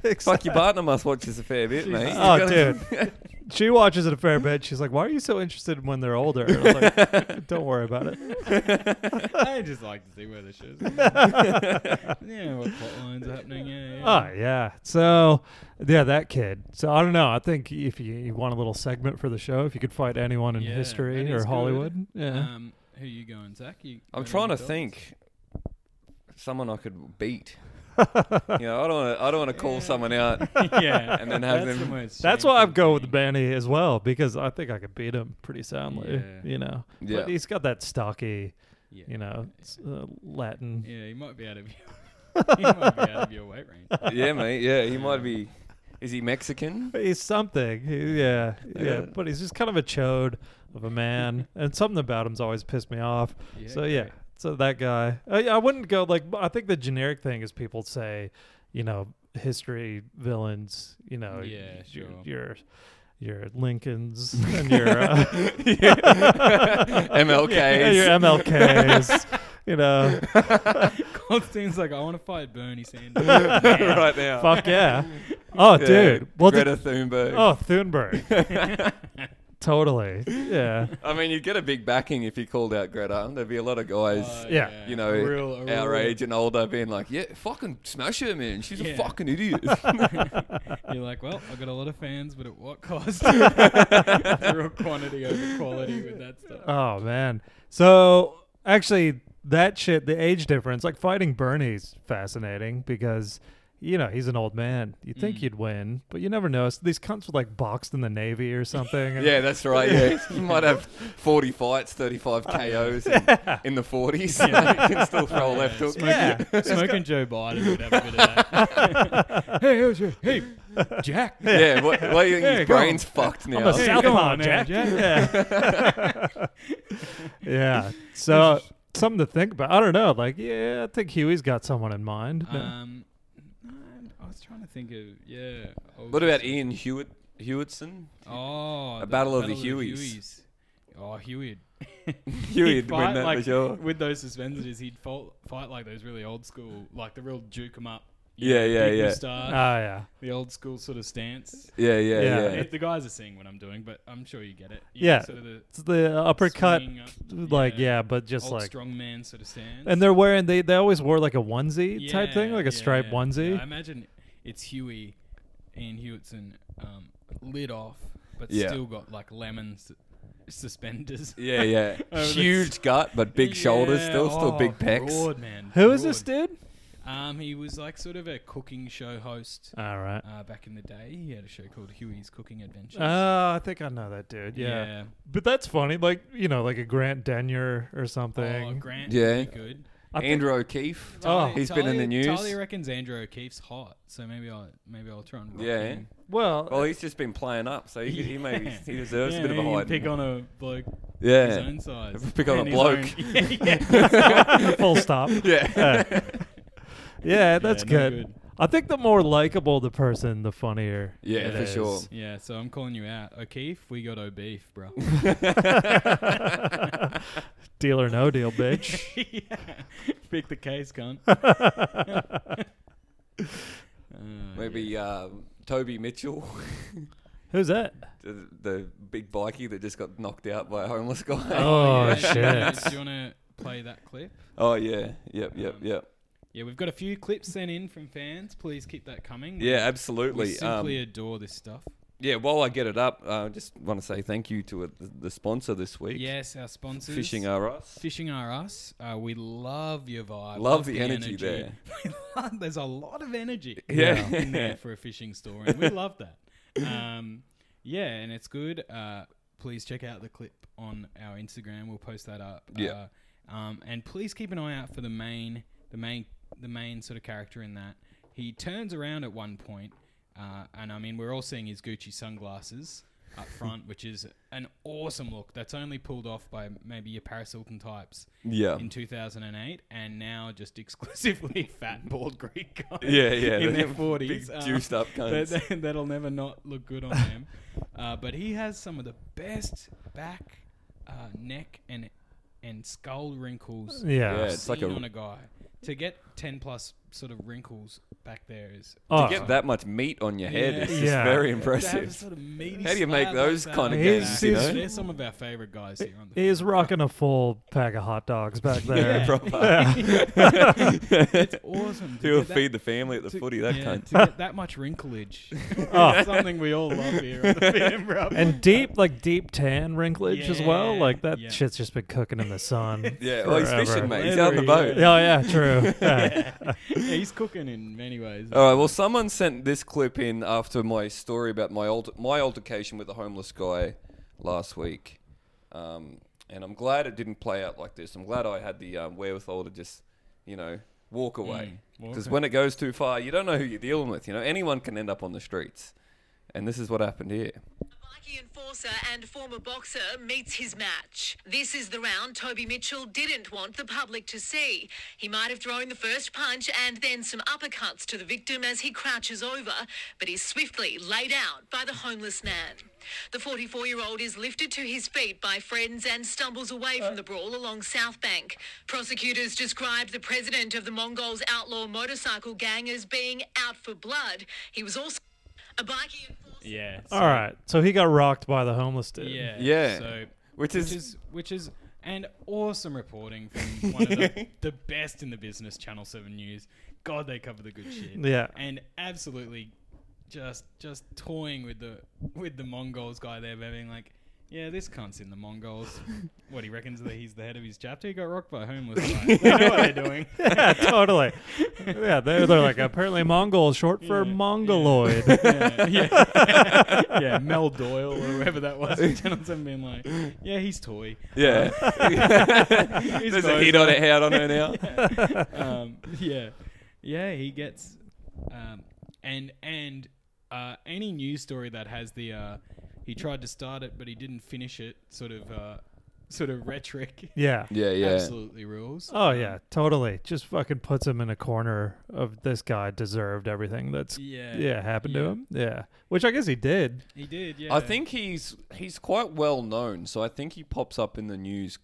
Speaker 3: Exact-
Speaker 1: Fuck your partner must watch this a fair bit, mate. You <laughs>
Speaker 3: Oh,
Speaker 1: gotta-
Speaker 3: dude. She watches it a fair bit. She's like, "Why are you so interested when they're older?" And I was
Speaker 1: <laughs>
Speaker 3: like, "Don't worry about it."
Speaker 4: <laughs> I just like to see where the show's going.
Speaker 3: <laughs>
Speaker 4: Yeah, what plot lines are happening. Yeah, yeah.
Speaker 3: Oh yeah. So yeah, that kid. So I don't know. I think if you, you want a little segment for the show, if you could fight anyone in
Speaker 4: Yeah,
Speaker 3: history
Speaker 4: that
Speaker 3: or
Speaker 4: is good.
Speaker 3: Hollywood, yeah.
Speaker 4: Um, who you going, Zach? You
Speaker 1: I'm
Speaker 4: got
Speaker 1: trying
Speaker 4: any
Speaker 1: to
Speaker 4: thoughts?
Speaker 1: think someone I could beat. you know, I don't wanna, I don't want to call someone out.
Speaker 4: <laughs> yeah,
Speaker 1: And then have
Speaker 4: that's the
Speaker 1: them-
Speaker 4: most
Speaker 3: That's why I'm
Speaker 4: shameful
Speaker 3: going with
Speaker 4: thing.
Speaker 3: Banny as well because I think I could beat him pretty soundly.
Speaker 4: Yeah.
Speaker 3: You know,
Speaker 1: Yeah.
Speaker 3: but he's got that stocky,
Speaker 4: Yeah.
Speaker 3: you know, s- uh, Latin.
Speaker 4: Yeah, you might be out of
Speaker 3: <laughs>
Speaker 4: your, <laughs> you might be out of your weight range.
Speaker 1: yeah, mate. Yeah, he might be. Is he Mexican?
Speaker 3: But He's something. He- yeah, yeah.
Speaker 1: Yeah.
Speaker 3: But he's just kind of a chode of a man, and something about him's always pissed me off.
Speaker 4: Yeah,
Speaker 3: <laughs> so yeah,
Speaker 4: great.
Speaker 3: so that guy. Uh, I, I wouldn't go like. I think the generic thing is people say, you know, history villains. You know, y-
Speaker 4: Yeah,
Speaker 3: y-
Speaker 4: sure.
Speaker 3: Your your Lincolns
Speaker 4: <laughs>
Speaker 3: and
Speaker 1: <laughs>
Speaker 3: your uh,
Speaker 1: MLKs.
Speaker 3: <laughs> yeah, your MLKs. <laughs> you know,
Speaker 4: Constantine's like, I want to fight
Speaker 1: <laughs>
Speaker 4: Bernie Sanders. Oh,
Speaker 1: right now.
Speaker 4: <laughs>
Speaker 3: fuck yeah. Oh,
Speaker 1: Yeah,
Speaker 3: dude. Well, did-
Speaker 1: Greta Thunberg.
Speaker 3: oh, Thunberg. totally. Yeah.
Speaker 1: <laughs> I mean, you'd get a big backing if you called out Greta. There'd be a lot of guys,
Speaker 4: Uh,
Speaker 3: Yeah.
Speaker 1: you know,
Speaker 4: Real- a
Speaker 1: our
Speaker 4: real-
Speaker 1: age and older, being like, "Yeah, fucking smash her, man. She's
Speaker 4: Yeah.
Speaker 1: a fucking idiot." <laughs>
Speaker 4: <laughs> You're like, well, I got a lot of fans, but at
Speaker 1: <laughs>
Speaker 4: what cost? <laughs> Real quantity over quality with that stuff.
Speaker 3: Oh man. So actually, that shit, the age difference, like fighting Bernie's fascinating because you know he's an old man. You
Speaker 4: Mm.
Speaker 3: think you'd win, but you never know. So these cunts were like boxed in the navy or something.
Speaker 1: yeah, that's right. Yeah, you might have forty fights, thirty-five KOs in, in the forties. <laughs> you can still throw a left hook.
Speaker 4: <laughs>
Speaker 3: Yeah.
Speaker 4: Smoking Joe Biden would have a bit of that. <laughs> hey, how's your, hey, Jack.
Speaker 1: Yeah, what, what do you think?
Speaker 4: Yeah,
Speaker 1: His
Speaker 4: go on.
Speaker 1: brain's fucked now.
Speaker 3: I'm a
Speaker 4: Hey,
Speaker 3: southpaw,
Speaker 4: come on now,
Speaker 3: Jack.
Speaker 4: <laughs>
Speaker 3: Yeah. yeah. So something to think about. I don't know. Like, yeah, I think Huey's got someone in mind. No.
Speaker 4: <laughs> Um, I was trying to think of yeah. old-
Speaker 1: What about Ian Hewitt Hewitson?
Speaker 4: Oh, the
Speaker 1: Battle of the Hueys.
Speaker 4: Oh, Huey.
Speaker 1: Hewitt win that
Speaker 4: like,
Speaker 1: for sure.
Speaker 4: With those suspenders, he'd fought, fight like those really old school, like the real juke 'em up.
Speaker 1: Yeah, yeah,
Speaker 4: big
Speaker 1: yeah.
Speaker 3: oh
Speaker 4: moustache,
Speaker 3: yeah.
Speaker 4: the old school sort of stance.
Speaker 1: Yeah, yeah,
Speaker 3: Yeah.
Speaker 1: yeah.
Speaker 4: Uh, The guys are seeing what I'm doing, but I'm sure you get it. You
Speaker 3: Yeah.
Speaker 4: know, Sort of the
Speaker 3: It's the uppercut,
Speaker 4: swing up,
Speaker 3: like yeah, but just
Speaker 4: old
Speaker 3: like
Speaker 4: strongman sort of stance.
Speaker 3: And they're wearing they, they always wore like a onesie type thing,
Speaker 4: Yeah,
Speaker 3: like a
Speaker 4: yeah,
Speaker 3: striped
Speaker 4: yeah.
Speaker 3: onesie.
Speaker 4: I imagine it's Huey and Hewitson um, lit off, but
Speaker 1: Yeah.
Speaker 4: still got like lemons suspenders.
Speaker 1: Yeah,
Speaker 4: <laughs>
Speaker 1: yeah.
Speaker 4: Over the-
Speaker 1: Huge gut, but big shoulders.
Speaker 4: Oh, <laughs> Yeah,
Speaker 1: Still, still
Speaker 4: oh,
Speaker 1: big pecs.
Speaker 4: broad, man,
Speaker 3: Who is this
Speaker 4: broad.
Speaker 3: dude?
Speaker 4: Um, he was like sort of a cooking show host
Speaker 3: All right.
Speaker 4: uh, back in the day. He had a show called Huey's Cooking Adventures.
Speaker 3: Oh, I think I know that dude. Yeah. But that's funny. Like, you know, like a Grant Denier or
Speaker 4: Oh,
Speaker 3: something.
Speaker 4: Grant.
Speaker 1: Yeah.
Speaker 4: Yeah. Good.
Speaker 3: I think-
Speaker 1: Andrew O'Keefe.
Speaker 3: Oh.
Speaker 1: he's been in the news.
Speaker 4: Charlie reckons Andrew O'Keefe's hot, so maybe I will maybe I'll try and rock
Speaker 1: Yeah.
Speaker 4: him.
Speaker 3: well,
Speaker 1: Well, he's just been playing up, so he, he maybe
Speaker 4: Yeah.
Speaker 1: he deserves
Speaker 4: <laughs> Yeah,
Speaker 1: a bit of a
Speaker 4: maybe
Speaker 1: hide.
Speaker 4: Pick on a bloke his
Speaker 1: yeah,
Speaker 4: own size.
Speaker 1: Pick on
Speaker 4: And
Speaker 1: a
Speaker 4: his own-
Speaker 1: bloke.
Speaker 4: <laughs> yeah,
Speaker 1: <laughs>
Speaker 4: yeah.
Speaker 3: <laughs> full <laughs> stop.
Speaker 1: yeah.
Speaker 3: yeah, yeah, that's
Speaker 4: no
Speaker 3: good.
Speaker 4: good.
Speaker 3: I think the more likable the person, the funnier.
Speaker 1: Yeah,
Speaker 3: it
Speaker 1: for
Speaker 3: is.
Speaker 1: sure.
Speaker 4: Yeah, so I'm calling you out. O'Keefe, we got O'Beef,
Speaker 1: <laughs>
Speaker 4: bro.
Speaker 3: <laughs>
Speaker 4: <laughs> Oh.
Speaker 3: Deal or no deal, bitch.
Speaker 4: yeah. <laughs> Pick the case,
Speaker 1: <laughs>
Speaker 4: cunt. Uh,
Speaker 1: Maybe uh, Toby Mitchell,
Speaker 3: <laughs>
Speaker 1: <laughs>
Speaker 3: Who's that?
Speaker 1: the, the big bikey that just got knocked out by a homeless guy. <laughs>
Speaker 3: Oh
Speaker 4: yeah, do you wanna-
Speaker 3: shit.
Speaker 4: Do you want to play that clip?
Speaker 1: Oh, yeah, yep, yep, yep.
Speaker 4: Yeah, we've got a few clips sent in from fans. Please keep that coming.
Speaker 1: Yeah,
Speaker 4: we, we
Speaker 1: absolutely. Um,
Speaker 4: simply adore this stuff.
Speaker 1: yeah, while I get it up, I uh, just want to say thank you to uh, the, the sponsor this week.
Speaker 4: Yes, our sponsors.
Speaker 1: Fishing R Us.
Speaker 4: Fishing are us. Uh, we love your vibe.
Speaker 1: Love the energy there.
Speaker 4: <laughs> We love, there's a lot of energy
Speaker 1: Yeah.
Speaker 4: in there for a fishing store, and we love that.
Speaker 1: <laughs>
Speaker 4: Um, yeah, and it's good. Uh, please check out the clip on our Instagram. We'll post that up.
Speaker 1: Yeah.
Speaker 4: Uh, um, and please keep an eye out for the main, the main, the main sort of character in that. He turns around at one point, uh, and I mean, we're all seeing his Gucci sunglasses
Speaker 1: <laughs>
Speaker 4: up front, which is an awesome look. That's only pulled off by maybe your Paris Hilton types
Speaker 1: Yeah.
Speaker 4: in 2008, and now just <laughs> exclusively fat, bald Greek guys. <laughs>
Speaker 1: Yeah, yeah,
Speaker 4: in their
Speaker 1: big
Speaker 4: 40s,
Speaker 1: juiced
Speaker 4: <laughs>
Speaker 1: up
Speaker 4: that-
Speaker 1: cunts.
Speaker 4: that, that'll never not look good on them. Uh, but he has some of the best back, uh, neck, and and skull wrinkles.
Speaker 3: Yeah.
Speaker 1: Yeah,
Speaker 4: I've
Speaker 1: it's like
Speaker 4: seen
Speaker 1: a-
Speaker 4: on a guy to get 10 plus sort of wrinkles back there is
Speaker 3: Oh,
Speaker 1: To get that much meat on your head is just
Speaker 3: Yeah.
Speaker 1: very
Speaker 4: to have
Speaker 1: impressive. <laughs>
Speaker 4: sort of meaty
Speaker 1: How do you make
Speaker 4: slab
Speaker 1: those
Speaker 4: like
Speaker 1: kind of
Speaker 4: that?
Speaker 3: gains, you know?
Speaker 4: They're some of our favorite guys here on the
Speaker 3: He's rocking a full pack of hot dogs <laughs> back there.
Speaker 1: Yeah, proper.
Speaker 4: <laughs>
Speaker 1: <laughs>
Speaker 4: it's awesome. to
Speaker 1: He'll
Speaker 4: get <laughs> that-
Speaker 1: feed the family at the
Speaker 4: to-
Speaker 1: footy, that
Speaker 4: yeah,
Speaker 1: cunt.
Speaker 4: to get
Speaker 3: <laughs>
Speaker 4: that much wrinklage.
Speaker 3: Oh.
Speaker 4: It's something we all love here on
Speaker 3: <laughs>
Speaker 4: the Peterborough.
Speaker 3: And deep, like deep tan wrinklage as well.
Speaker 4: Yeah,
Speaker 3: Like that
Speaker 4: yeah.
Speaker 3: shit's just been cooking in
Speaker 4: <laughs>
Speaker 3: the sun.
Speaker 1: Yeah, well, he's
Speaker 3: forever.
Speaker 1: fishing, mate. He's out on the
Speaker 4: Leathery,
Speaker 1: boat.
Speaker 4: yeah.
Speaker 3: Oh
Speaker 4: <laughs>
Speaker 3: yeah, true. Yeah.
Speaker 4: Yeah, he's cooking in many ways.
Speaker 1: All right. Well, someone sent this clip in after my story about my alter- my altercation with the homeless guy last week, um, and I'm glad it didn't play out like this. I'm glad I had the um, wherewithal to just, you know, walk away.
Speaker 4: walk
Speaker 1: Because
Speaker 4: away.
Speaker 1: when it goes too far, you don't know who you're dealing with. You know, anyone can end up on the streets, and this is what happened here.
Speaker 5: Viking enforcer and former boxer meets his match. This is the round Toby Mitchell didn't want the public to see. He might have thrown the first punch and then some uppercuts to the victim as he crouches over, but is swiftly laid out by the homeless man. The 44 year old is lifted to his feet by friends and stumbles away from the brawl along South Bank. Prosecutors described the president of the Mongols outlaw motorcycle gang as being out for blood. He was also a bikie enforcer.
Speaker 4: Yeah.
Speaker 3: All right. So he got rocked by the homeless dude.
Speaker 4: Yeah.
Speaker 1: Yeah.
Speaker 4: So
Speaker 1: Which
Speaker 4: which
Speaker 1: is-
Speaker 4: is which is an awesome reporting from one of the, the best in the business, Channel Seven News. God, they cover the good shit.
Speaker 3: Yeah.
Speaker 4: And absolutely, just just toying with the with the Mongols guy there, by being like. Yeah, this cunt's in the Mongols. what he reckons that he's the head of his chapter. He got rocked by a homeless guy. they know what they're doing.
Speaker 3: <laughs> <laughs> Yeah, totally. Yeah, they're, they're like apparently Mongol, short for Mongoloid.
Speaker 4: <laughs> yeah, yeah. Yeah, Mel Doyle or whoever that was. Channel Seven being like, yeah, he's toy.
Speaker 1: Yeah.
Speaker 4: <laughs> He's
Speaker 1: There's a
Speaker 4: both.
Speaker 1: heat on it out on her now.
Speaker 4: <laughs> um, yeah, yeah, he gets, um, and and uh, any news story that has the uh, he tried to start it but he didn't finish it sort of uh, sort of rhetoric
Speaker 3: Yeah.
Speaker 1: Yeah. Yeah.
Speaker 4: absolutely rules.
Speaker 3: Oh yeah, totally. Just fucking puts him in a corner of this guy deserved everything that's
Speaker 4: Yeah.
Speaker 3: yeah happened to
Speaker 4: Yeah.
Speaker 3: him. Yeah, which I guess he did.
Speaker 4: He did, yeah.
Speaker 1: I think he's he's quite well known, so I think he pops up in the news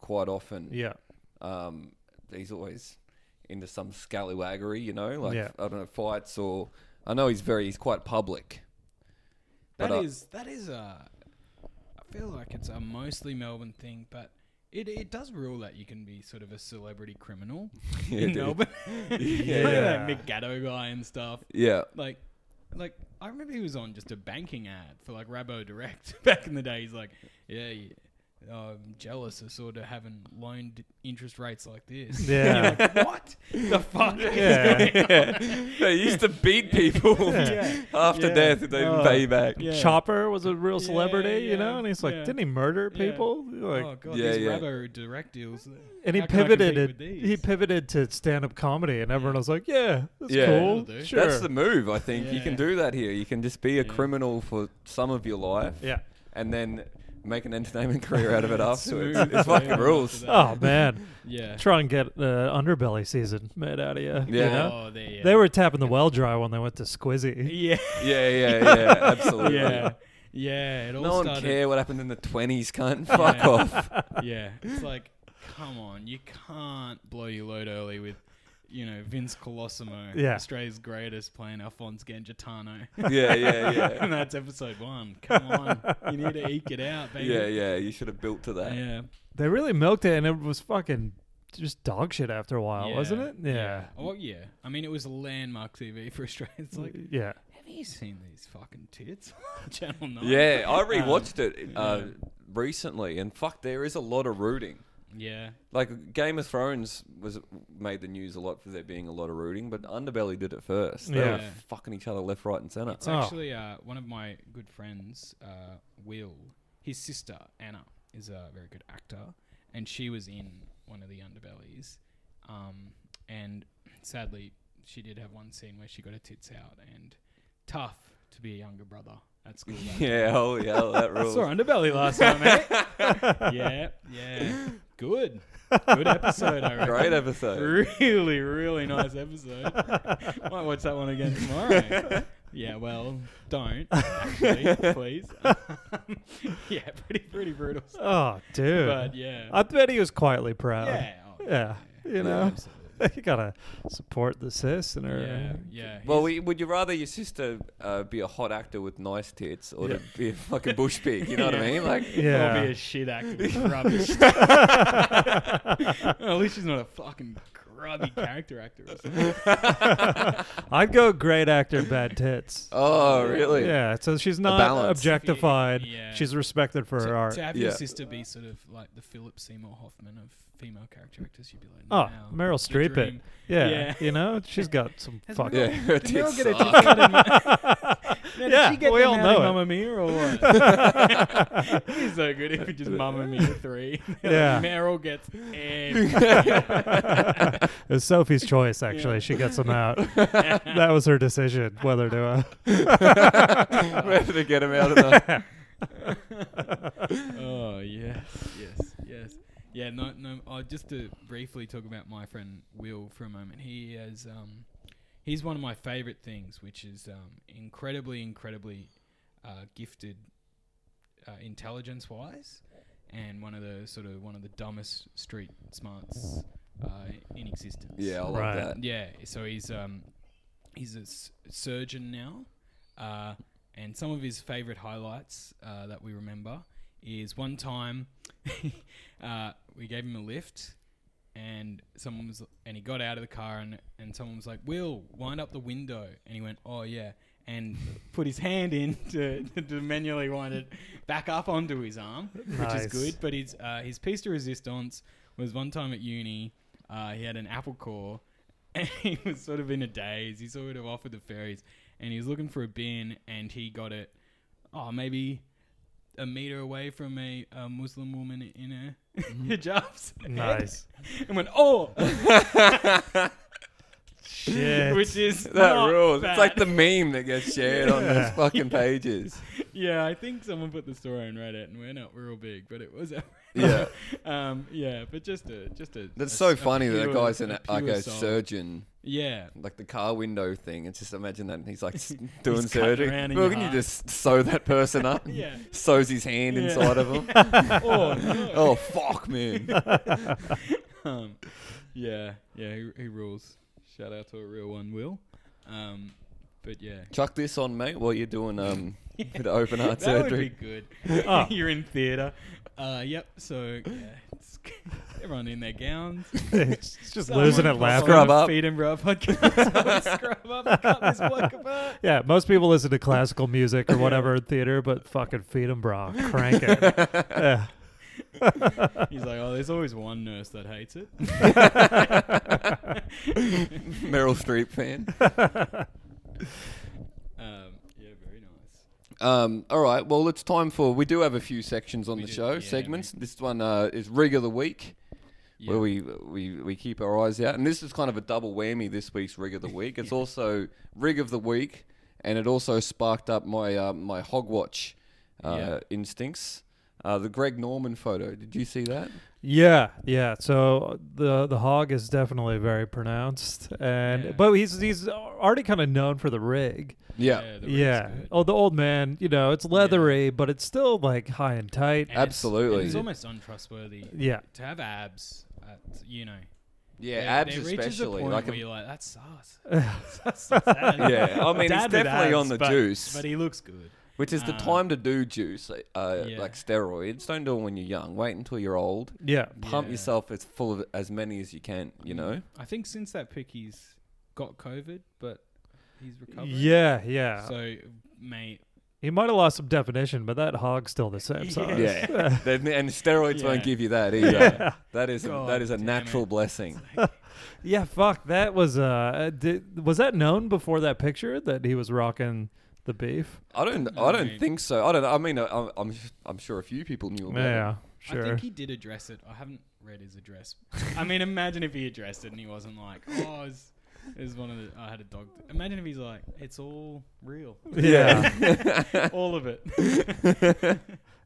Speaker 1: quite often.
Speaker 3: Yeah.
Speaker 4: <laughs>
Speaker 1: um, he's always into some scallywaggery, you know, like
Speaker 3: Yeah.
Speaker 1: I don't know fights or I know he's very he's quite public.
Speaker 4: that
Speaker 1: but, uh,
Speaker 4: is that is a. I feel like it's a mostly Melbourne thing, but. It, it does rule that you can be sort of a celebrity
Speaker 1: <laughs>
Speaker 4: criminal in
Speaker 1: dude.
Speaker 4: Melbourne. <laughs> yeah.
Speaker 3: Yeah.
Speaker 4: that Mick Gatto guy and stuff. <laughs>
Speaker 1: Yeah,
Speaker 4: like like I remember he was on just a banking ad for like Rabo Direct <laughs> back in the day. He's like, yeah, yeah I'm jealous of sort of having loan d- interest rates like
Speaker 1: <laughs>
Speaker 4: this. <laughs>
Speaker 3: Yeah.
Speaker 4: You're like, "Oh, what the fuck? is
Speaker 3: Yeah.
Speaker 4: going on?"
Speaker 1: they used to beat people <laughs> after
Speaker 4: <laughs> Yeah.
Speaker 1: death if they didn't
Speaker 4: Oh.
Speaker 1: pay you back.
Speaker 4: Yeah.
Speaker 3: Chopper was a real
Speaker 4: Yeah,
Speaker 3: celebrity, you know,
Speaker 4: yeah,
Speaker 3: and he's like,
Speaker 4: yeah.
Speaker 3: didn't he murder
Speaker 4: Yeah.
Speaker 3: people? Like,
Speaker 4: oh god,
Speaker 1: Yeah,
Speaker 4: these
Speaker 1: yeah.
Speaker 4: Rabo Direct deals.
Speaker 3: and he
Speaker 4: How can I compete
Speaker 3: pivoted.
Speaker 4: with
Speaker 3: It,
Speaker 4: these?
Speaker 3: he pivoted to stand-up comedy, and everyone was like, "Yeah, that's
Speaker 1: Yeah.
Speaker 3: cool,
Speaker 4: That'll do.
Speaker 3: sure."
Speaker 1: That's the move, I think. You can
Speaker 4: Yeah.
Speaker 1: do that here. You can just be a criminal for some of your life,
Speaker 3: yeah.
Speaker 1: and then make an entertainment career out of it afterwards.
Speaker 4: <laughs> smooth
Speaker 1: It's fucking
Speaker 4: sailing
Speaker 1: rules.
Speaker 4: after that.
Speaker 3: Oh man,
Speaker 4: Yeah.
Speaker 3: try and get the underbelly season made out of you. you
Speaker 1: Yeah.
Speaker 3: know?
Speaker 4: Oh, there, yeah.
Speaker 3: they were tapping the well dry when they went to Squizzy.
Speaker 4: <laughs> Yeah.
Speaker 1: Yeah, yeah, yeah, absolutely.
Speaker 4: <laughs> Yeah. Yeah. It all
Speaker 1: No one
Speaker 4: started.
Speaker 1: care what happened in the twenties, cunt. Fuck
Speaker 4: <laughs>
Speaker 1: off.
Speaker 4: Yeah. It's like, come on, you can't blow your load early with, you know, Vince Colosimo,
Speaker 3: Yeah.
Speaker 4: Australia's greatest, playing Alphonse Gangitano.
Speaker 1: Yeah, yeah, yeah.
Speaker 4: <laughs> and that's episode one. Come on. You need to eke it out, baby.
Speaker 1: Yeah, yeah, you should have built to that.
Speaker 4: Yeah.
Speaker 3: They really milked it, and it was fucking just dog shit after a while, Oh, wasn't it? Yeah.
Speaker 4: Oh yeah. I mean, it was landmark TV for Australia. It's like,
Speaker 3: Yeah.
Speaker 4: have you seen these fucking tits? on <laughs> Channel Nine.
Speaker 1: Yeah,
Speaker 4: Um,
Speaker 1: I rewatched it uh, recently, and fuck, there is a lot of rooting.
Speaker 4: Yeah.
Speaker 1: Like Game of Thrones was made the news a lot for there being a lot of rooting, but Underbelly did it first. They were
Speaker 3: Yeah.
Speaker 1: fucking each other left, right, and center.
Speaker 4: It's
Speaker 3: Oh.
Speaker 4: actually uh, one of my good friends, uh, Will. His sister Anna is a very good actor, and she was in one of the Underbellies. Um, and sadly, she did have one scene where she got her tits out, and tough to be a younger brother at school. that
Speaker 1: <laughs>
Speaker 4: day.
Speaker 1: yeah, oh yeah,
Speaker 4: <laughs>
Speaker 1: that rules.
Speaker 4: Saw Underbelly last time, eh? mate. yeah, yeah, good, good episode. I reckon.
Speaker 1: Great episode.
Speaker 4: Really, really nice episode. Might watch that one again
Speaker 1: <laughs>
Speaker 4: tomorrow. yeah,
Speaker 3: <laughs>
Speaker 4: well, don't actually, please. <laughs> yeah, pretty, pretty brutal. stuff.
Speaker 3: Oh, dude.
Speaker 4: But yeah,
Speaker 3: I bet he was quietly proud.
Speaker 4: yeah, oh,
Speaker 3: Yeah. You know,
Speaker 4: absolutely.
Speaker 3: <laughs> you gotta support the sis and her.
Speaker 4: yeah, yeah.
Speaker 1: Well,
Speaker 4: he's-
Speaker 1: we, would you rather your sister uh, be a hot actor with nice tits or to be a fucking bush pig? You know what I mean? Like,
Speaker 3: Yeah.
Speaker 4: I'll be a
Speaker 1: <laughs>
Speaker 4: shit actor. with Rubbish.
Speaker 3: <laughs>
Speaker 4: <laughs> At least she's not a fucking grubby character actor. Or
Speaker 1: <laughs>
Speaker 4: something.
Speaker 3: I'd go great actor, bad tits.
Speaker 1: oh really?
Speaker 3: Yeah, so she's not
Speaker 1: balance.
Speaker 3: objectified.
Speaker 4: Yeah.
Speaker 3: She's respected for her
Speaker 4: to,
Speaker 3: art.
Speaker 4: to have
Speaker 1: Yeah.
Speaker 4: your sister be sort of like the Philip Seymour Hoffman of female character actors, you'd be like,
Speaker 3: Oh,
Speaker 4: "Now,
Speaker 3: Meryl
Speaker 4: the
Speaker 3: Streep it.
Speaker 4: dream."
Speaker 3: Yeah,
Speaker 4: Yeah.
Speaker 3: you know, she's got some fucking.
Speaker 1: Yeah,
Speaker 3: Yeah,
Speaker 1: her
Speaker 4: Did Meryl
Speaker 1: tits
Speaker 4: get her
Speaker 1: suck.
Speaker 4: tits out in Ma- Now,
Speaker 3: Yeah,
Speaker 4: did
Speaker 3: <laughs>
Speaker 4: she get
Speaker 3: we
Speaker 4: them
Speaker 3: all
Speaker 4: out in
Speaker 3: know it.
Speaker 4: Mamma Mia or what? <laughs> He's so good if you just Mamma Mia three.
Speaker 3: Yeah.
Speaker 4: <laughs> Meryl gets every-
Speaker 3: <laughs> <laughs> it was Sophie's choice, actually. She gets
Speaker 4: <laughs>
Speaker 3: them out. that was her decision whether to. Uh,
Speaker 1: <laughs> Whether to get him out of
Speaker 3: <laughs>
Speaker 1: the.
Speaker 4: Oh yes, yes, yes. Yeah, no, no. Uh, just to briefly talk about my friend Will for a moment. He has, um, he's one of my favorite things, which is um, incredibly, incredibly uh, gifted, uh, intelligence-wise, and one of the sort of one of the dumbest street smarts uh, in existence.
Speaker 1: Yeah, I like
Speaker 3: Right.
Speaker 1: that.
Speaker 4: Yeah, so he's um, he's a s- surgeon now, uh, and some of his favorite highlights uh, that we remember is one time <laughs> uh, we gave him a lift, and someone was and he got out of the car and and someone was like, "Will, wind up the window," and he went, "Oh yeah." And put his hand in <laughs> to, to manually wind it back up onto his arm, which is
Speaker 3: Nice.
Speaker 4: good. But his uh, his piece de resistance was one time at uni. Uh, he had an apple core, <laughs> and he was sort of in a daze. He sort of offered the fairies, and he was looking for a bin, and he got it. Oh, maybe a meter away from a, a Muslim woman in a
Speaker 1: Mm-hmm.
Speaker 4: <laughs> hijabs.
Speaker 3: nice.
Speaker 4: <laughs> and went,
Speaker 1: <laughs>
Speaker 4: oh,
Speaker 3: Shit.
Speaker 4: <laughs> which is
Speaker 1: That
Speaker 4: not
Speaker 1: rules.
Speaker 4: bad.
Speaker 1: It's like the meme that gets shared on
Speaker 3: <laughs>
Speaker 1: those fucking pages.
Speaker 4: yeah. I think someone put the story on Reddit, and we're not we're all big, but it was.
Speaker 1: Yeah.
Speaker 4: <laughs> um, yeah, but just a just a.
Speaker 1: That's
Speaker 4: a-
Speaker 1: so
Speaker 4: a
Speaker 1: funny that that
Speaker 4: pure-
Speaker 1: guy's an
Speaker 4: a
Speaker 1: like
Speaker 4: pure
Speaker 1: a
Speaker 4: soul.
Speaker 1: surgeon,
Speaker 4: Yeah,
Speaker 1: like the car window thing. It's just imagine that and he's
Speaker 4: <laughs>
Speaker 1: like s- doing
Speaker 4: He's cutting
Speaker 1: surgery.
Speaker 4: around in
Speaker 1: Well,
Speaker 4: your
Speaker 1: can you
Speaker 4: heart.
Speaker 1: just sew that person up?
Speaker 4: <laughs> Yeah.
Speaker 1: Sews his hand
Speaker 4: <laughs> Yeah.
Speaker 1: inside of him.
Speaker 4: oh, no.
Speaker 1: oh fuck,
Speaker 4: <laughs>
Speaker 1: man.
Speaker 4: um, yeah, yeah, he, he rules. Shout out to a real one, Will. Um, but yeah,
Speaker 1: Chuck this on, mate. While you're doing
Speaker 4: <laughs>
Speaker 1: um, a bit of open heart
Speaker 4: that would
Speaker 1: surgery.
Speaker 4: be good.
Speaker 3: Oh.
Speaker 4: <laughs> You're in theatre. Uh, yep. So yeah, it's <laughs> everyone in their gowns.
Speaker 3: it's just losing it
Speaker 4: Someone
Speaker 3: laughing.
Speaker 1: Scrub up.
Speaker 4: Feed and bro podcast. <laughs> Someone scrub up and cut this bloke apart.
Speaker 3: Yeah, most people listen to classical music or whatever in theater, but fucking feed 'em bra, crank it.
Speaker 4: <laughs>
Speaker 3: yeah.
Speaker 4: He's like, oh, there's always one nurse that hates it. Um,
Speaker 1: <laughs> Meryl Streep fan.
Speaker 4: Um, yeah, very nice.
Speaker 1: Um, all right. Well, it's time for. We do have a few sections on the
Speaker 4: do,
Speaker 1: show
Speaker 4: yeah,
Speaker 1: segments. This one uh, is rig of the week, where
Speaker 4: Yeah.
Speaker 1: we, we we keep our eyes out, and this is kind of a double whammy. This week's rig of the week.
Speaker 4: <laughs>
Speaker 1: It's also rig of the week, and it also sparked up my uh, my hogwatch uh,
Speaker 4: Yeah.
Speaker 1: instincts. Uh, the Greg Norman photo. Did you see that?
Speaker 3: Yeah, yeah. So the the hog is definitely very pronounced, and
Speaker 4: Yeah.
Speaker 3: but he's he's already kind of known for the rig.
Speaker 1: Yeah.
Speaker 4: the rig's
Speaker 3: Yeah.
Speaker 4: good.
Speaker 3: Oh, the old man. You know, it's leathery, but it's still like high and tight.
Speaker 4: And it's-
Speaker 1: Absolutely.
Speaker 4: and It's, almost untrustworthy.
Speaker 3: Yeah.
Speaker 4: To have abs, at, you know.
Speaker 1: Yeah,
Speaker 4: there-
Speaker 1: abs
Speaker 4: there reaches
Speaker 1: especially.
Speaker 4: A point
Speaker 1: like a-
Speaker 4: where you're like,
Speaker 3: <laughs>
Speaker 4: that's sus. um, That's so
Speaker 1: <laughs>
Speaker 4: sad.
Speaker 1: yeah, I mean, he's
Speaker 4: Dad with
Speaker 1: definitely
Speaker 4: abs,
Speaker 1: on the
Speaker 4: but-
Speaker 1: juice.
Speaker 4: But he looks good.
Speaker 1: Which is the time to do juice, uh,
Speaker 4: Yeah.
Speaker 1: like steroids. Don't do it when you're young. Wait until you're old.
Speaker 3: Yeah.
Speaker 1: Pump
Speaker 4: Yeah.
Speaker 1: yourself as full of as many as you can. You know.
Speaker 4: I think since that pick, he's got COVID, but he's recovered.
Speaker 3: Yeah, yeah.
Speaker 4: So, mate,
Speaker 3: he might have lost some definition, but that hog's still the same size.
Speaker 4: <laughs>
Speaker 1: Yeah. Then- and steroids
Speaker 4: Yeah.
Speaker 1: won't give you that either. That is
Speaker 4: God
Speaker 1: that is a
Speaker 4: damn
Speaker 1: natural
Speaker 4: it.
Speaker 1: blessing.
Speaker 3: Yeah, fuck. That was uh, uh, did, was that known before that picture that he was rocking the beef?
Speaker 1: I don't. I don't
Speaker 4: mean-
Speaker 1: think so. I don't. I mean, I, I'm. I'm sure a few people knew about
Speaker 3: Yeah,
Speaker 1: it.
Speaker 3: sure.
Speaker 4: I think he did address it. I haven't read his address. I mean, imagine if he addressed it and he wasn't like, "Oh, it was, it was one of the I had a dog." Imagine if he's like, "It's all <laughs> real,
Speaker 3: yeah.
Speaker 4: all of it."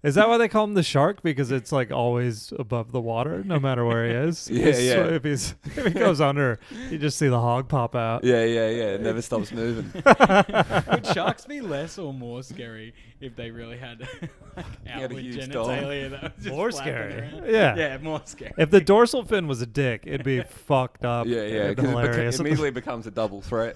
Speaker 3: Is that why they call him the shark? Because it's like always above the water, no matter where he
Speaker 1: <laughs>
Speaker 3: is.
Speaker 1: Yeah,
Speaker 3: So
Speaker 1: yeah.
Speaker 3: If, he's, <laughs> if he goes under, you just see the hog pop out.
Speaker 1: Yeah, yeah, yeah. It never
Speaker 4: <laughs>
Speaker 1: stops moving.
Speaker 4: Would sharks be less or more scary if they really had <laughs> like,
Speaker 1: a
Speaker 4: outward
Speaker 1: huge dog.
Speaker 4: genitalia that was just
Speaker 3: More
Speaker 4: flapping
Speaker 3: scary. <laughs>
Speaker 4: around?
Speaker 3: Yeah.
Speaker 4: yeah, more scary.
Speaker 3: If the dorsal fin was a dick,
Speaker 1: <laughs>
Speaker 3: it'd be fucked up.
Speaker 1: Yeah, yeah.
Speaker 3: and
Speaker 1: Because it beca-
Speaker 3: hilarious.
Speaker 1: immediately becomes a double
Speaker 4: <laughs>
Speaker 1: threat.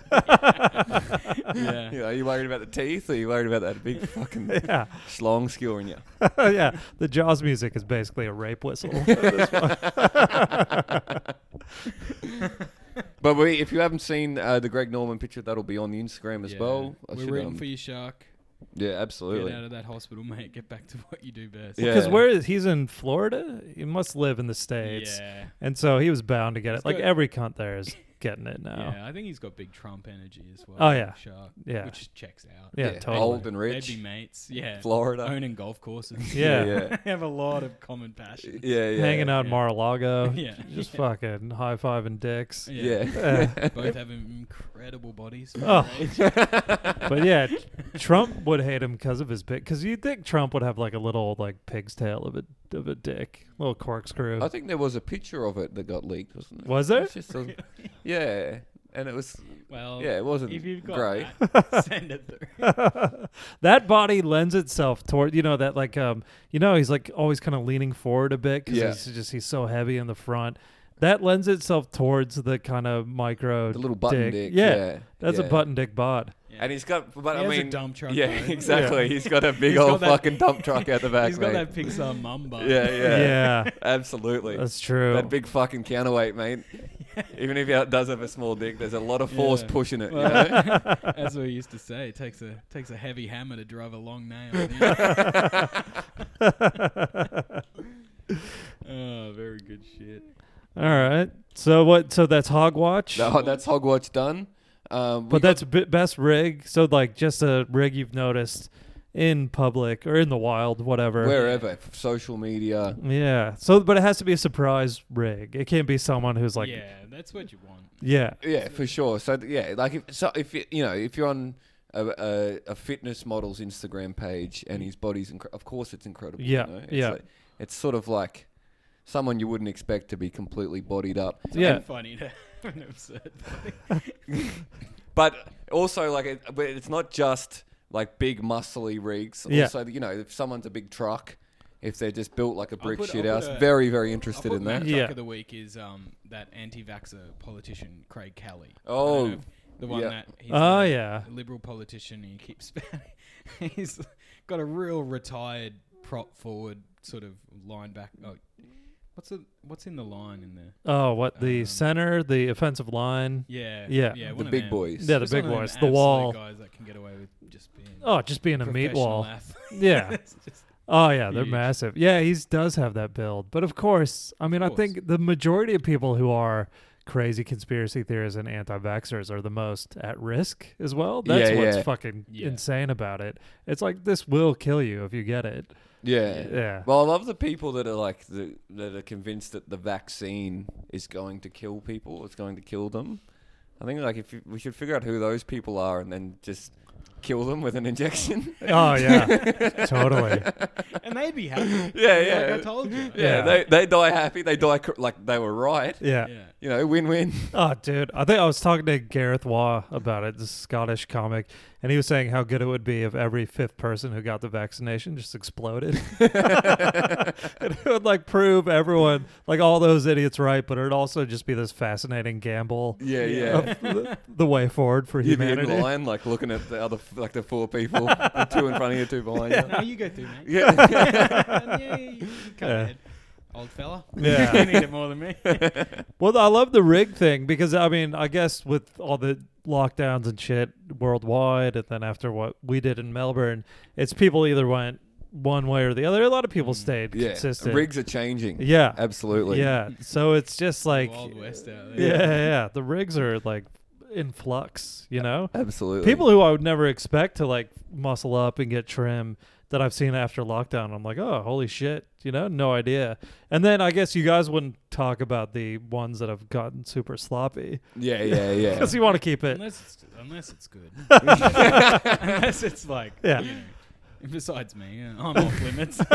Speaker 4: yeah.
Speaker 1: you know, are you worried about the teeth? Or are you worried about that big
Speaker 4: <laughs>
Speaker 1: fucking
Speaker 3: <laughs> yeah, <laughs>
Speaker 1: schlong skewing you?
Speaker 3: yeah. The Jaws music is basically a
Speaker 1: <laughs>
Speaker 3: rape whistle. <laughs>
Speaker 1: But we, if you haven't seen uh, the Greg Norman picture, that'll be on the Instagram as
Speaker 4: Yeah.
Speaker 1: well. I
Speaker 4: We're
Speaker 1: should,
Speaker 4: rooting
Speaker 1: um,
Speaker 4: for you, shark.
Speaker 1: Yeah,
Speaker 4: Get
Speaker 1: absolutely.
Speaker 4: out of that hospital, <laughs> mate. Get back to what you do best.
Speaker 1: Yeah.
Speaker 3: Because where is he's in Florida? He must live in the states,
Speaker 4: Yeah.
Speaker 3: and so he was bound to get it. Like
Speaker 4: got-
Speaker 3: every cunt there is getting it now.
Speaker 4: Yeah, I think he's got big Trump energy as well.
Speaker 3: Oh, yeah.
Speaker 4: Shark.
Speaker 3: Yeah.
Speaker 4: Which checks out.
Speaker 3: Yeah,
Speaker 1: Yeah,
Speaker 3: totally.
Speaker 1: Old and rich.
Speaker 4: They'd be mates. Yeah.
Speaker 1: Florida.
Speaker 4: Owning golf courses.
Speaker 3: <laughs> Yeah.
Speaker 1: yeah.
Speaker 4: <laughs> they have a lot of common passions.
Speaker 1: <laughs> Yeah, yeah.
Speaker 3: Hanging out in
Speaker 1: <laughs>
Speaker 4: Yeah.
Speaker 3: Mar-a-Lago,
Speaker 4: Yeah.
Speaker 3: just fucking high fiving dicks.
Speaker 1: Yeah. <laughs>
Speaker 4: <laughs> Both have incredible bodies.
Speaker 3: Oh. but yeah, Trump would hate him because of his bit. Because you'd think Trump would have like a little like pig's tail of a of a dick, little corkscrew.
Speaker 4: Um,
Speaker 1: I think there was a picture of it that got leaked, wasn't there?
Speaker 3: Was there?
Speaker 1: It's just a-
Speaker 4: <laughs>
Speaker 1: yeah. And it was.
Speaker 4: <laughs> Well,
Speaker 1: yeah, it wasn't
Speaker 4: Oh, if you've got
Speaker 1: great.
Speaker 4: that, send it through.
Speaker 3: <laughs> that body lends itself toward you know that like um you know he's like always kind of leaning forward a bit because
Speaker 1: Yeah.
Speaker 3: he's just he's so heavy in the front. That lends itself towards the kind of micro
Speaker 1: The little button dick,
Speaker 3: Yeah,
Speaker 1: yeah,
Speaker 3: that's
Speaker 1: yeah.
Speaker 3: a button dick bod.
Speaker 1: And he's got, but
Speaker 4: He
Speaker 1: I
Speaker 4: has a
Speaker 1: mean,
Speaker 4: dump truck,
Speaker 1: yeah, <laughs>
Speaker 4: though.
Speaker 1: exactly. He's got
Speaker 4: <laughs>
Speaker 1: a <laughs> big
Speaker 4: He's got
Speaker 1: old
Speaker 4: that-
Speaker 1: fucking
Speaker 4: <laughs>
Speaker 1: dump truck at the back,
Speaker 4: He's got
Speaker 1: mate.
Speaker 4: that Pixar mum bun.
Speaker 1: yeah, yeah, <laughs>
Speaker 3: Yeah.
Speaker 1: absolutely.
Speaker 3: That's true.
Speaker 1: That big fucking counterweight,
Speaker 4: <laughs>
Speaker 1: mate. Even if it does have a small dick, there's a lot of force
Speaker 4: Yeah.
Speaker 1: pushing it. you
Speaker 4: Well, <laughs>
Speaker 1: know?
Speaker 4: As we used to say, it takes a takes a heavy hammer to drive a long nail. <laughs> you know? oh, very good shit.
Speaker 3: All right. So what? So that's hogwatch.
Speaker 1: No, <laughs> that's Hogwarts done. Um, we
Speaker 3: But
Speaker 1: got-
Speaker 3: that's b- best rig. So like just a rig you've noticed in public or in the wild, whatever.
Speaker 1: wherever f- social media.
Speaker 3: Yeah. So, but it has to be a surprise rig. It can't be someone who's like, yeah,
Speaker 4: yeah, that's what you want.
Speaker 1: Yeah, for sure. So th- yeah, like if so if you, you know if you're on a, a, a fitness model's Instagram page and his body's incre- of course it's incredible. you
Speaker 3: Yeah,
Speaker 1: know? It's
Speaker 3: yeah.
Speaker 1: like- it's sort of like someone you wouldn't expect to be completely bodied up.
Speaker 3: yeah.
Speaker 4: And funny to have an absurd body.
Speaker 1: But also, like, it, but it's not just like big muscly rigs.
Speaker 3: Yeah.
Speaker 1: Also, you know, if someone's a big truck, if they're just built like a brick
Speaker 4: put- I'll
Speaker 1: shit
Speaker 4: put
Speaker 1: house,
Speaker 4: a-
Speaker 1: very, very
Speaker 4: I
Speaker 1: interested
Speaker 4: thought
Speaker 1: in that.
Speaker 4: Matt
Speaker 3: Yeah.
Speaker 4: Tucker of the week is um, that anti-vaxxer politician Craig Kelly. I don't
Speaker 1: Oh,
Speaker 4: know if- the one
Speaker 1: yeah.
Speaker 4: that he's
Speaker 3: Oh,
Speaker 4: a
Speaker 3: yeah.
Speaker 4: liberal politician. And he keeps <laughs> he's got a real retired prop forward sort of linebacker. Oh, what's the what's in the line in there?
Speaker 3: Oh, what the center, the offensive line.
Speaker 4: Um, Yeah,
Speaker 3: Yeah.
Speaker 4: yeah.
Speaker 3: The
Speaker 4: one
Speaker 1: The
Speaker 4: of
Speaker 1: big
Speaker 4: them.
Speaker 1: boys.
Speaker 3: Yeah, the
Speaker 4: Just
Speaker 3: big
Speaker 4: one of them
Speaker 3: boys, the
Speaker 4: absolute
Speaker 3: wall.
Speaker 4: guys that can get away with just being
Speaker 3: Oh, just being a meat
Speaker 4: professional
Speaker 3: wall.
Speaker 4: athlete. <laughs>
Speaker 3: Yeah.
Speaker 4: It's just-
Speaker 3: Oh yeah, they're
Speaker 4: Huge.
Speaker 3: massive. Yeah, he does have that build. But of course, I mean, I
Speaker 4: course.
Speaker 3: think the majority of people who are crazy conspiracy theorists and anti-vaxxers are the most at risk as well. That's
Speaker 1: Yeah,
Speaker 3: what's
Speaker 1: yeah.
Speaker 3: fucking
Speaker 4: Yeah.
Speaker 3: insane about it. It's like this will kill you if you get it.
Speaker 1: Yeah.
Speaker 3: Yeah.
Speaker 1: Well, I love the people that are like the, that are convinced that the vaccine is going to kill people. It's going to kill them. I think like if you, we should figure out who those people are and then just kill them with an injection. <laughs> yeah,
Speaker 3: Oh yeah. totally.
Speaker 4: and they'd be happy.
Speaker 1: <laughs> yeah.
Speaker 4: Like I told you.
Speaker 1: yeah, they they die happy. They die cor- like they were right.
Speaker 3: Yeah.
Speaker 4: yeah.
Speaker 1: You know, win-win.
Speaker 3: Oh, dude. I think I was talking to Gareth Waugh about it, this Scottish comic, and he was saying how good it would be if every fifth person who got the vaccination just exploded. <laughs> and it would like prove everyone, like all those idiots, right, but it would also just be this fascinating gamble
Speaker 1: <laughs> Yeah, yeah.
Speaker 3: of the, the way forward for
Speaker 1: You'd be
Speaker 3: humanity.
Speaker 1: in line, like looking at the other like the four
Speaker 3: <laughs>
Speaker 1: people, the two in front of you, two behind you.
Speaker 4: No, you go through,
Speaker 1: <laughs>
Speaker 4: mate.
Speaker 1: Yeah.
Speaker 3: <laughs>
Speaker 4: yeah, you, you cut
Speaker 3: Yeah.
Speaker 4: ahead. Old fella.
Speaker 1: <laughs>
Speaker 3: Yeah.
Speaker 4: <laughs> you need it more than <laughs> me.
Speaker 3: Well, I love the rig thing because I mean, I guess with all the lockdowns and shit worldwide, and then after what we did in Melbourne, it's people either went one way or the other. A lot of people stayed
Speaker 1: Mm, yeah.
Speaker 3: consistent.
Speaker 1: Rigs are changing.
Speaker 3: Yeah.
Speaker 1: Absolutely.
Speaker 3: yeah. So it's just like,
Speaker 4: Wild West out there.
Speaker 3: yeah, yeah, yeah. The rigs are like in flux, you know.
Speaker 1: Absolutely.
Speaker 3: People who I would never expect to like muscle up and get trim that I've seen after lockdown, I'm like, oh, holy shit, you know, no idea. And then I guess you guys wouldn't talk about the ones that have gotten super sloppy
Speaker 1: Yeah, yeah,
Speaker 3: <laughs>
Speaker 1: yeah.
Speaker 3: because you want to keep it.
Speaker 4: Unless it's, unless it's <laughs> good. unless it's like,
Speaker 3: Yeah.
Speaker 4: you know, besides me, yeah, I'm off
Speaker 3: <laughs>
Speaker 4: limits. <laughs>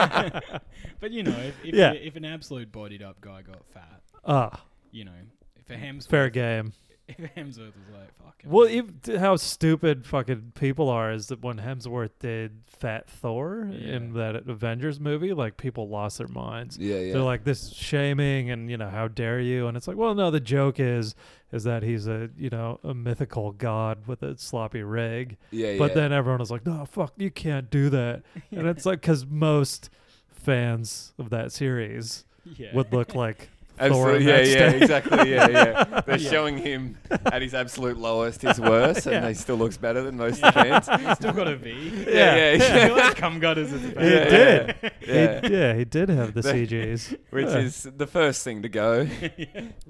Speaker 4: but you know, if, if,
Speaker 3: Yeah.
Speaker 4: if an absolute bodied up guy got fat,
Speaker 3: Ah,
Speaker 4: you know, if a Hemsworth,
Speaker 3: fair game.
Speaker 4: <laughs> if a Hemsworth was like, fuck it.
Speaker 3: Well, if, t- how stupid fucking people are is that when Hemsworth did Fat Thor in that Avengers movie, like people lost their minds.
Speaker 1: Yeah, yeah.
Speaker 3: They're like, this is shaming, and you know, how dare you? And it's like, well, no, the joke is, is that he's a you know a mythical god with a sloppy rig.
Speaker 1: Yeah,
Speaker 3: But
Speaker 1: yeah.
Speaker 3: then everyone was like, no, fuck, you can't
Speaker 1: <laughs>
Speaker 3: do that. And it's like, because most fans of that series
Speaker 4: Yeah.
Speaker 3: would
Speaker 1: <laughs>
Speaker 3: look like. Thor
Speaker 1: Absolutely,
Speaker 3: in
Speaker 1: yeah,
Speaker 3: that
Speaker 1: yeah,
Speaker 3: state.
Speaker 1: exactly, yeah, yeah. They're showing him at his absolute lowest, his worst, and he still looks better than most of the fans.
Speaker 4: He's still got a
Speaker 3: <laughs>
Speaker 4: V. <laughs>
Speaker 1: Yeah, yeah,
Speaker 4: I
Speaker 1: yeah.
Speaker 4: <laughs> feel like cum gutters is a
Speaker 3: <laughs> He
Speaker 1: Yeah,
Speaker 3: did.
Speaker 1: yeah.
Speaker 3: He, yeah, he did have the
Speaker 1: They-
Speaker 3: CGs.
Speaker 1: <laughs> Which
Speaker 3: Yeah.
Speaker 1: is the first thing to go.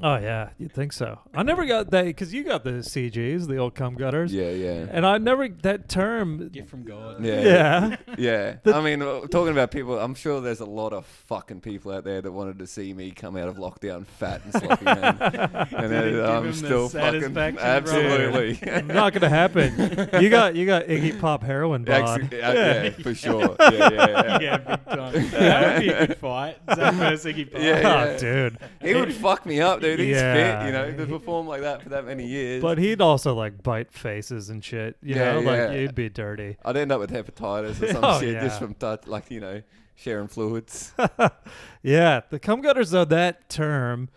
Speaker 3: Oh yeah, you'd think so. I never got that because you got the CGs, the old cum gutters.
Speaker 1: Yeah, yeah.
Speaker 3: And I never that term.
Speaker 4: gift from God.
Speaker 1: <laughs> Yeah.
Speaker 3: Yeah.
Speaker 1: Yeah. I mean, uh, talking about people, I'm sure there's a lot of fucking people out there that wanted to see me come out of lockdown fat and sloppy, man. And
Speaker 4: it
Speaker 1: then
Speaker 4: give
Speaker 1: I'm
Speaker 4: him the
Speaker 1: still fucking <laughs>
Speaker 4: satisfaction, Robert?
Speaker 1: absolutely.
Speaker 3: Not gonna happen. You got you got Iggy Pop heroin
Speaker 1: <laughs>
Speaker 3: bod.
Speaker 1: Ex- yeah, yeah, for sure. Yeah, yeah, yeah.
Speaker 4: <laughs> Yeah, big time. That would be a good fight. Zach versus Iggy Pop.
Speaker 1: Yeah, yeah.
Speaker 3: <laughs> Oh, dude.
Speaker 1: He would fuck me up, dude. He's
Speaker 3: Yeah.
Speaker 1: fit, you know, to perform like that for that many years.
Speaker 3: But he'd also like bite faces and shit. You
Speaker 1: Yeah,
Speaker 3: know, like
Speaker 1: yeah.
Speaker 3: you'd be dirty.
Speaker 1: I'd end up with hepatitis
Speaker 3: <laughs>
Speaker 1: or some
Speaker 3: Oh,
Speaker 1: shit
Speaker 3: yeah.
Speaker 1: just from touch, like you know, sharing
Speaker 3: <laughs>
Speaker 1: fluids.
Speaker 3: Yeah, the cum gutters though that term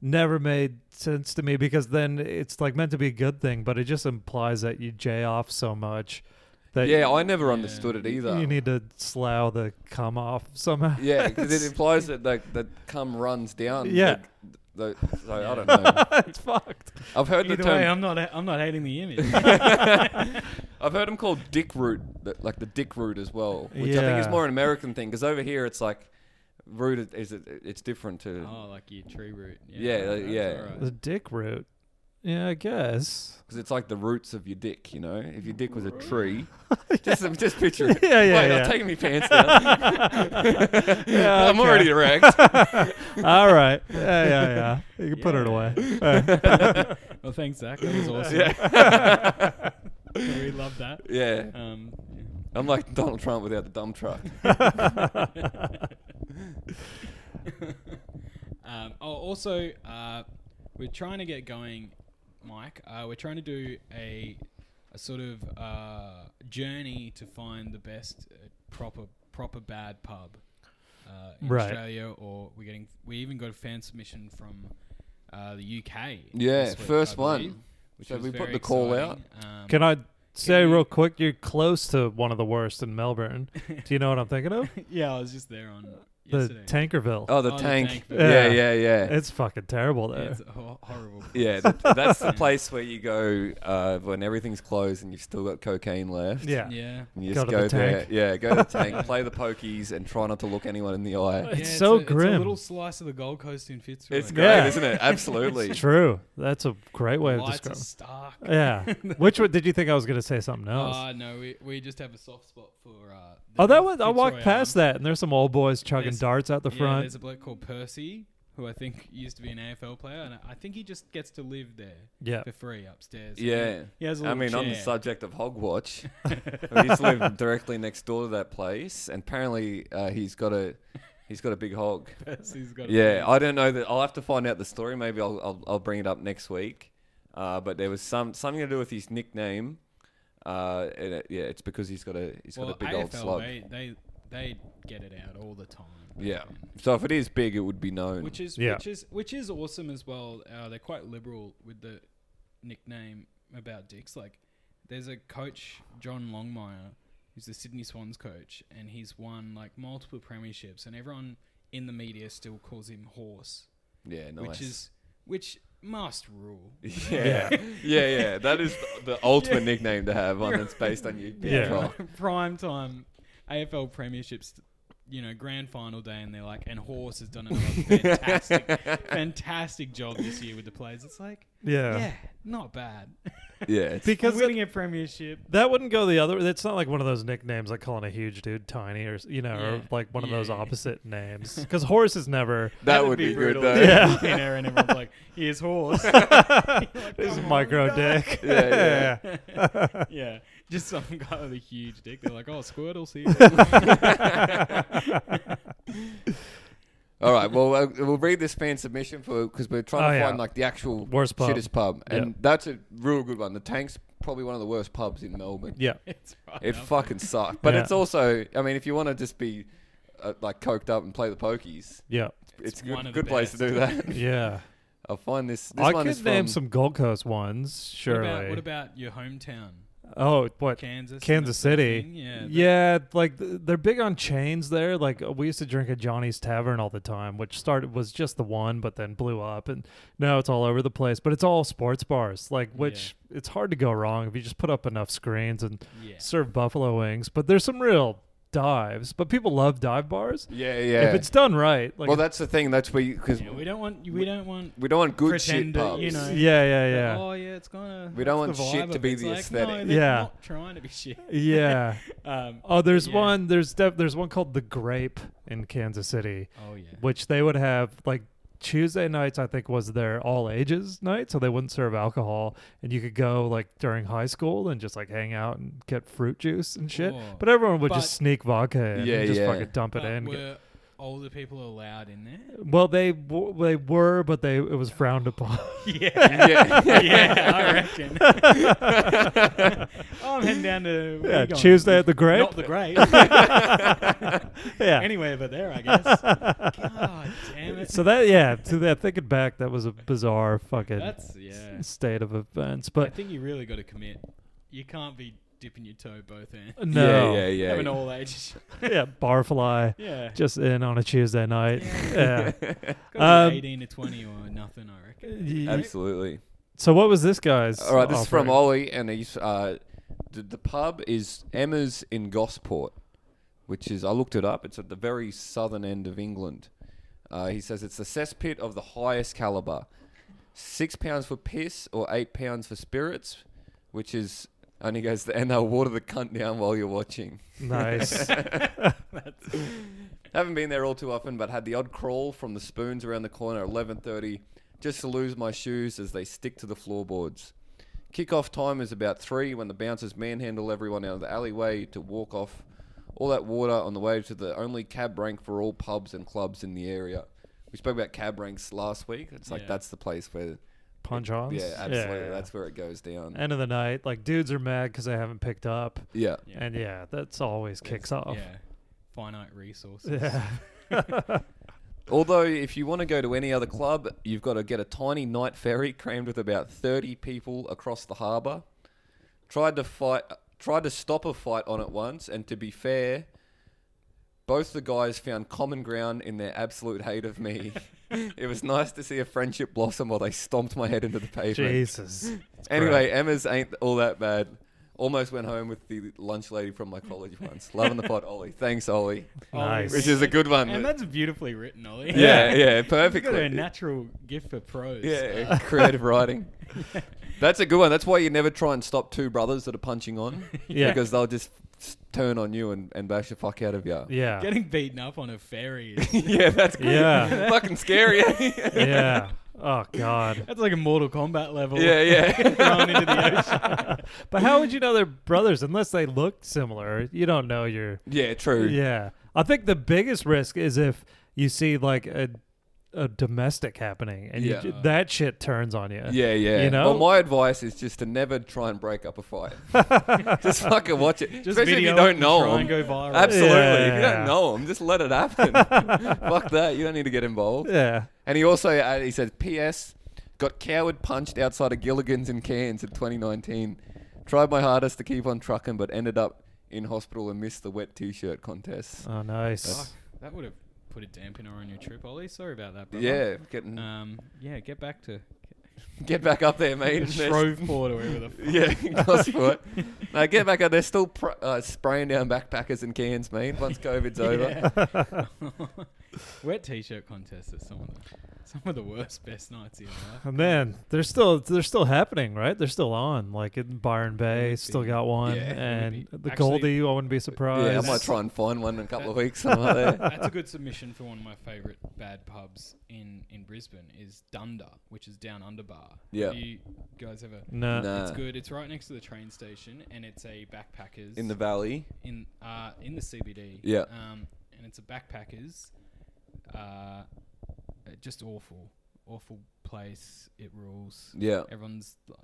Speaker 3: never made sense to me because then it's like meant to be a good thing, but it just implies that you jay off so much that
Speaker 1: yeah, I never understood it either.
Speaker 3: you need to slough the cum off somehow.
Speaker 1: yeah,
Speaker 3: <laughs>
Speaker 1: because it implies that like that cum runs down.
Speaker 3: Yeah.
Speaker 1: the- the- so I don't know.
Speaker 3: it's fucked.
Speaker 1: I've heard the
Speaker 4: Either
Speaker 1: term.
Speaker 4: way, I'm not. I'm not hating the image.
Speaker 1: I've heard them called dick root, th- like the dick root as well, which I think is
Speaker 3: Yeah.
Speaker 1: more an American thing. Because over here, it's like root is it, it's different to.
Speaker 4: <laughs> oh, like your tree root.
Speaker 1: Yeah, like,
Speaker 4: that's
Speaker 1: yeah.
Speaker 4: all right.
Speaker 3: The dick root. Yeah, I guess.
Speaker 1: Because it's like the roots of your dick, you know. If your dick was a
Speaker 3: <laughs>
Speaker 1: tree, <laughs> just just picture it.
Speaker 3: Yeah, yeah,
Speaker 1: Wait,
Speaker 3: yeah.
Speaker 1: I'm taking my pants down. <laughs>
Speaker 3: <laughs> Yeah,
Speaker 1: I'm already erect.
Speaker 3: All right. Yeah, yeah, yeah. You can put it away.
Speaker 4: Well, thanks, Zach.
Speaker 1: <laughs>
Speaker 4: That was awesome. <laughs> we love that.
Speaker 1: yeah,
Speaker 4: Um, yeah.
Speaker 1: I'm like Donald Trump without the dump
Speaker 4: <laughs>
Speaker 1: truck. <laughs>
Speaker 4: Um, oh, also, uh, we're trying to get going, Mike. Uh, we're trying to do a, a sort of uh, journey to find the best uh, proper proper bad pub uh, in
Speaker 3: Right.
Speaker 4: Australia, or we're getting we even got a fan submission from uh, the UK.
Speaker 1: Yeah,
Speaker 4: this week,
Speaker 1: first
Speaker 4: I
Speaker 1: one.
Speaker 4: believe, which
Speaker 1: So
Speaker 4: was
Speaker 1: we put
Speaker 4: very
Speaker 1: the call out.
Speaker 4: exciting. Um,
Speaker 3: Can I say
Speaker 4: you-
Speaker 3: real quick, you're close to one of the worst in Melbourne. Do you know what I'm thinking <laughs> of?
Speaker 4: yeah, I was just there on
Speaker 3: The
Speaker 4: yesterday.
Speaker 3: Tankerville.
Speaker 1: Oh, the
Speaker 4: Oh, the
Speaker 1: tank.
Speaker 4: tank.
Speaker 1: Yeah,
Speaker 3: Yeah.
Speaker 1: yeah, yeah.
Speaker 3: It's fucking terrible
Speaker 4: Yeah,
Speaker 3: there.
Speaker 4: it's ho- horrible.
Speaker 1: Yeah, th- that's
Speaker 4: <laughs>
Speaker 1: the place where you go uh, when everything's closed and you've still got cocaine left.
Speaker 3: Yeah.
Speaker 4: Yeah.
Speaker 1: And you
Speaker 3: Go
Speaker 1: just
Speaker 3: to the
Speaker 1: go there.
Speaker 3: tank.
Speaker 1: Yeah, go to the
Speaker 3: <laughs>
Speaker 1: tank, play the pokies, and try not to look anyone in the
Speaker 4: Oh,
Speaker 1: eye.
Speaker 3: It's so
Speaker 4: a, It's a
Speaker 3: grim.
Speaker 4: little slice of the Gold Coast in Fitzroy.
Speaker 1: It's great,
Speaker 3: Yeah.
Speaker 1: isn't it? Absolutely.
Speaker 3: True. That's a great way of
Speaker 4: Lights are
Speaker 3: describing.
Speaker 4: stark.
Speaker 3: Yeah. <laughs> Which one did you think I was going to say something else?
Speaker 4: Uh, no, we, we just have a soft spot for. Uh,
Speaker 3: oh, that was I walked past that and there's some old boys chugging
Speaker 4: There's-
Speaker 3: darts out the
Speaker 4: Yeah,
Speaker 3: front.
Speaker 4: there's a bloke called Percy who I think used to be an AFL player, and I think he just gets to live there
Speaker 3: Yeah.
Speaker 4: for free upstairs.
Speaker 1: Yeah.
Speaker 4: he has a
Speaker 1: I
Speaker 4: little
Speaker 1: mean, on the
Speaker 4: chair.
Speaker 1: subject of <laughs>
Speaker 4: <laughs>
Speaker 1: Hogwatch, I used to live directly next door to that place, and apparently uh, he's got a he's got a big hog.
Speaker 4: Percy's got a
Speaker 1: Yeah, I don't know that. I'll have to find out the story. Maybe I'll I'll, I'll bring it up next week. Uh, but there was some something to do with his nickname. Uh, and it, yeah, it's because he's got a he's
Speaker 4: well,
Speaker 1: got a big
Speaker 4: AFL,
Speaker 1: old slug.
Speaker 4: They, they they get it out all the time.
Speaker 1: Yeah. So if it is big, it would be known.
Speaker 4: which is
Speaker 3: Yeah.
Speaker 4: which is which is awesome as well. Uh, they're quite liberal with the nickname about dicks. Like there's a coach, John Longmire, who's the Sydney Swans coach, and he's won like multiple premierships, and everyone in the media still calls him horse,
Speaker 1: Yeah, nice.
Speaker 4: which is which must rule.
Speaker 1: <laughs> yeah, yeah, <laughs> yeah. That is the, the ultimate nickname to have on that's based on you.
Speaker 3: Yeah.
Speaker 4: <laughs>
Speaker 1: Right.
Speaker 3: <laughs>
Speaker 4: prime time AFL premierships, you know, grand final day, and they're like, and Horse has done
Speaker 1: <laughs>
Speaker 4: a fantastic, fantastic job this year with the players. It's like,
Speaker 3: Yeah.
Speaker 4: yeah, not bad.
Speaker 1: yeah. it's-
Speaker 3: Because
Speaker 4: winning a premiership,
Speaker 3: That wouldn't go the other. It's not like one of those nicknames like calling a huge dude tiny or s- you know or
Speaker 4: Yeah.
Speaker 3: like one of those
Speaker 4: Yeah.
Speaker 3: opposite names.
Speaker 4: <laughs>
Speaker 3: Because horse is
Speaker 1: <laughs>
Speaker 3: never.
Speaker 1: that would be, good
Speaker 4: brutal.
Speaker 1: though.
Speaker 3: Yeah.
Speaker 4: You know, and everyone's like,
Speaker 1: <laughs>
Speaker 4: here's Horse. <laughs>
Speaker 3: It's micro dick. <laughs>
Speaker 1: Yeah,
Speaker 3: yeah.
Speaker 4: yeah, just some <laughs> guy with a huge dick. They're like, oh,
Speaker 1: <laughs>
Speaker 4: Squirtle's here.
Speaker 1: All right. Well, uh, we'll read this fan submission for because we're trying
Speaker 3: Oh,
Speaker 1: to
Speaker 3: yeah.
Speaker 1: find like the actual
Speaker 3: Worst pub.
Speaker 1: shittest pub, and
Speaker 3: Yeah.
Speaker 1: that's a real good one. The Tank's probably one of the worst pubs in Melbourne.
Speaker 3: Yeah.
Speaker 4: it's right
Speaker 1: It
Speaker 4: up
Speaker 1: fucking
Speaker 3: <laughs>
Speaker 1: sucked. But
Speaker 3: Yeah.
Speaker 1: it's also, I mean, if you want to just be uh, like coked up and play the pokies,
Speaker 3: Yeah.
Speaker 1: it's, a
Speaker 4: one
Speaker 1: good,
Speaker 4: of the
Speaker 1: good place to do that. <laughs>
Speaker 3: Yeah.
Speaker 1: I'll find this. This
Speaker 3: I
Speaker 1: one
Speaker 3: could
Speaker 1: is
Speaker 3: name
Speaker 1: from,
Speaker 3: some Gold Coast ones.
Speaker 4: there.
Speaker 3: Surely.
Speaker 4: What about, what about your hometown?
Speaker 3: oh, what?
Speaker 4: Kansas, and
Speaker 3: Kansas
Speaker 4: that sort of
Speaker 3: City.
Speaker 4: thing? Yeah,
Speaker 3: Yeah,
Speaker 4: the-
Speaker 3: like th- they're big on chains there. Like uh, we used to drink at Johnny's Tavern all the time, which started was just the one, but then blew up, and now it's all over the place. But it's all sports bars, like which it's hard to go wrong if you just put up enough screens and
Speaker 4: Yeah.
Speaker 3: serve buffalo wings. But there's some real dives, but people love dive bars
Speaker 1: Yeah, yeah.
Speaker 3: if it's done right. Like
Speaker 1: well, that's the thing. That's where because
Speaker 4: Yeah, we don't want. We don't want.
Speaker 1: we don't want good shit
Speaker 4: Pretend that,
Speaker 1: pubs.
Speaker 4: you know.
Speaker 3: yeah, yeah, yeah.
Speaker 4: Oh yeah, it's gonna.
Speaker 1: We don't
Speaker 4: that's
Speaker 1: want
Speaker 4: the
Speaker 1: shit
Speaker 4: vibe
Speaker 1: to
Speaker 4: of
Speaker 1: be
Speaker 4: it. It's
Speaker 1: the
Speaker 4: like,
Speaker 1: aesthetic.
Speaker 4: No,
Speaker 3: Yeah.
Speaker 4: yeah, not trying to be shit.
Speaker 3: Yeah.
Speaker 4: <laughs> Um,
Speaker 3: Oh, there's
Speaker 4: yeah.
Speaker 3: one. There's def- there's one called the Grape in Kansas City.
Speaker 4: Oh, yeah.
Speaker 3: Which they would have like Tuesday nights. I think was their all ages night, so they wouldn't serve alcohol, and you could go like during high school and just like hang out and get fruit juice and shit.
Speaker 4: Whoa.
Speaker 3: But everyone would
Speaker 4: But-
Speaker 3: just sneak vodka in
Speaker 1: Yeah,
Speaker 3: and just
Speaker 1: yeah.
Speaker 3: fucking dump it
Speaker 4: But
Speaker 3: in.
Speaker 4: were older people allowed in there?
Speaker 3: well, they w- they were, but they it was frowned upon.
Speaker 4: <laughs>
Speaker 3: <laughs>
Speaker 4: Yeah,
Speaker 1: <laughs> yeah,
Speaker 4: yeah, I reckon. oh, I'm heading down to where
Speaker 3: yeah,
Speaker 4: you going?
Speaker 3: Tuesday at the Grape.
Speaker 4: Not the
Speaker 3: <laughs>
Speaker 4: great. <laughs>
Speaker 3: yeah.
Speaker 4: anyway, but there, I guess.
Speaker 3: <laughs>
Speaker 4: God damn it.
Speaker 3: So that yeah, to that thinking back, that was a bizarre fucking
Speaker 4: That's yeah.
Speaker 3: state of events.
Speaker 4: I
Speaker 3: But
Speaker 4: think you really got to commit. You can't be dipping your toe both ends.
Speaker 3: <laughs> no,
Speaker 1: yeah, yeah, yeah.
Speaker 4: Have an all <laughs> ages.
Speaker 3: yeah, barfly.
Speaker 4: Yeah.
Speaker 3: Just in on a
Speaker 1: <laughs>
Speaker 3: Tuesday night. Yeah.
Speaker 4: Gotta
Speaker 3: Um,
Speaker 4: be 18 to 20 or nothing, I reckon.
Speaker 3: Y-
Speaker 1: Absolutely.
Speaker 3: so what was this guy's?
Speaker 1: All right, this is from
Speaker 3: offering?
Speaker 1: Ollie, and he's uh, the, the pub is Emma's in Gosport, which is I looked it up. It's at the very southern end of England. Uh, he says it's the cesspit of the highest caliber, six pounds for piss or eight pounds for spirits, which is. And he goes, and they'll water the cunt down while you're watching. <laughs>
Speaker 3: Nice.
Speaker 1: Haven't been there all too often, but had the odd crawl from the spoons around the corner at 11.30 just to lose my shoes as they stick to the floorboards. Kick-off time is about 3 when the bouncers manhandle everyone out of the alleyway to walk off all that water on the way to the only cab rank for all pubs and clubs in the area. We spoke about cab ranks last week. It's like
Speaker 4: Yeah.
Speaker 1: that's the place where...
Speaker 3: Punch <laughs> ons.
Speaker 1: Yeah, absolutely. That's where it goes down.
Speaker 3: End of the night, like dudes are mad because they haven't picked up,
Speaker 1: yeah.
Speaker 4: Yeah.
Speaker 3: and yeah, that's always kicks off.
Speaker 4: Yeah. Finite resources.
Speaker 3: oh. Yeah.
Speaker 1: Although, if you want to go to any other club, you've got to get a tiny night ferry crammed with about 30 people across the harbour. Tried to fight, tried to stop a fight on it once, and to be fair, both the guys found common ground in their absolute hate of me. <laughs> it was nice to see a friendship blossom while they stomped my head into the pavement. <laughs>
Speaker 3: Jesus.
Speaker 1: Anyway, Emma's ain't all that bad. Almost went home with the lunch lady from my college once. Loving the pot, Ollie. Thanks, Ollie.
Speaker 4: Oh,
Speaker 3: Nice.
Speaker 1: Which is a good one.
Speaker 4: And that's beautifully written, Ollie.
Speaker 1: <laughs> yeah, yeah,
Speaker 4: <laughs> You've got
Speaker 1: perfectly.
Speaker 4: a natural gift for prose.
Speaker 1: Yeah, creative writing. That's a good one. That's why you never try and stop two brothers that are punching on.
Speaker 3: Yeah.
Speaker 1: Because they'll just s- turn on you and, and bash the fuck out of you.
Speaker 3: Yeah.
Speaker 4: <laughs> Getting beaten up on a ferry.
Speaker 1: <laughs>
Speaker 4: is-
Speaker 1: yeah, that's good. <laughs>
Speaker 3: Yeah.
Speaker 1: Fucking scary. eh?
Speaker 3: yeah.
Speaker 1: <laughs>
Speaker 3: Oh God.
Speaker 4: That's like a Mortal Kombat level.
Speaker 1: yeah,
Speaker 4: <laughs>
Speaker 1: yeah. <laughs>
Speaker 4: Thrown into the ocean.
Speaker 3: But how would you know they're brothers unless they look similar? You don't know your
Speaker 1: Yeah, true.
Speaker 3: Yeah. I think the biggest risk is if you see like a a domestic happening and you
Speaker 1: Yeah.
Speaker 3: ju- that shit turns on you.
Speaker 1: Yeah, yeah.
Speaker 3: You know?
Speaker 1: Well, my advice is just to never try and break up a fight. just fucking watch it.
Speaker 4: Just
Speaker 1: Especially if
Speaker 4: video
Speaker 1: you
Speaker 4: it
Speaker 1: don't
Speaker 4: and
Speaker 1: know
Speaker 4: try
Speaker 1: them.
Speaker 4: and go viral.
Speaker 1: Absolutely. If you
Speaker 3: Yeah.
Speaker 1: don't know them, just let it happen. <laughs> fuck that. You don't need to get involved.
Speaker 3: Yeah.
Speaker 1: And he also uh, he says, "P.S. Got coward punched outside of Gilligan's in Cairns in 2019. Tried my hardest to keep on trucking, but ended up in hospital and missed the wet t-shirt contest.
Speaker 3: Oh,
Speaker 4: Fuck,
Speaker 3: nice.
Speaker 4: that would have put a dampener on your trip, Ollie. Sorry about that, brother.
Speaker 1: yeah, getting
Speaker 4: Um, yeah, get back to
Speaker 1: <laughs> get back up there,
Speaker 3: <laughs>
Speaker 1: mate. and there's-
Speaker 4: Shreveport or wherever the fuck.
Speaker 1: <laughs> Yeah,
Speaker 4: <laughs>
Speaker 1: Gosport. now get back up. They're still pr- uh, spraying down backpackers and cans, mate. Once
Speaker 4: <laughs>
Speaker 1: COVID's over.
Speaker 4: Wet t-shirt contest is some of the some of the worst best nights of your <laughs> life.
Speaker 3: And then they're still they're still happening, right? They're still on. Like in Byron Bay, still got one,
Speaker 4: Yeah,
Speaker 3: and
Speaker 4: maybe.
Speaker 3: the
Speaker 4: Actually-
Speaker 3: Goldie. I wouldn't be
Speaker 1: Yeah, I
Speaker 3: surprised.
Speaker 1: might try and find one in a couple of weeks. something like that.
Speaker 3: <laughs>
Speaker 1: <laughs>
Speaker 4: That's a good submission for one of my favourite bad pubs in, in Brisbane is Dunder, which is down under bar.
Speaker 1: Yeah.
Speaker 4: Have you guys ever?
Speaker 3: No.
Speaker 1: Nah.
Speaker 4: It's good. It's right next to the train station, and it's a backpackers
Speaker 1: In the valley.
Speaker 4: in uh, in the CBD.
Speaker 1: Yeah.
Speaker 4: Um, and it's a backpackers. Uh, uh, just awful, awful place. It rules.
Speaker 1: Yeah.
Speaker 4: Everyone's, li-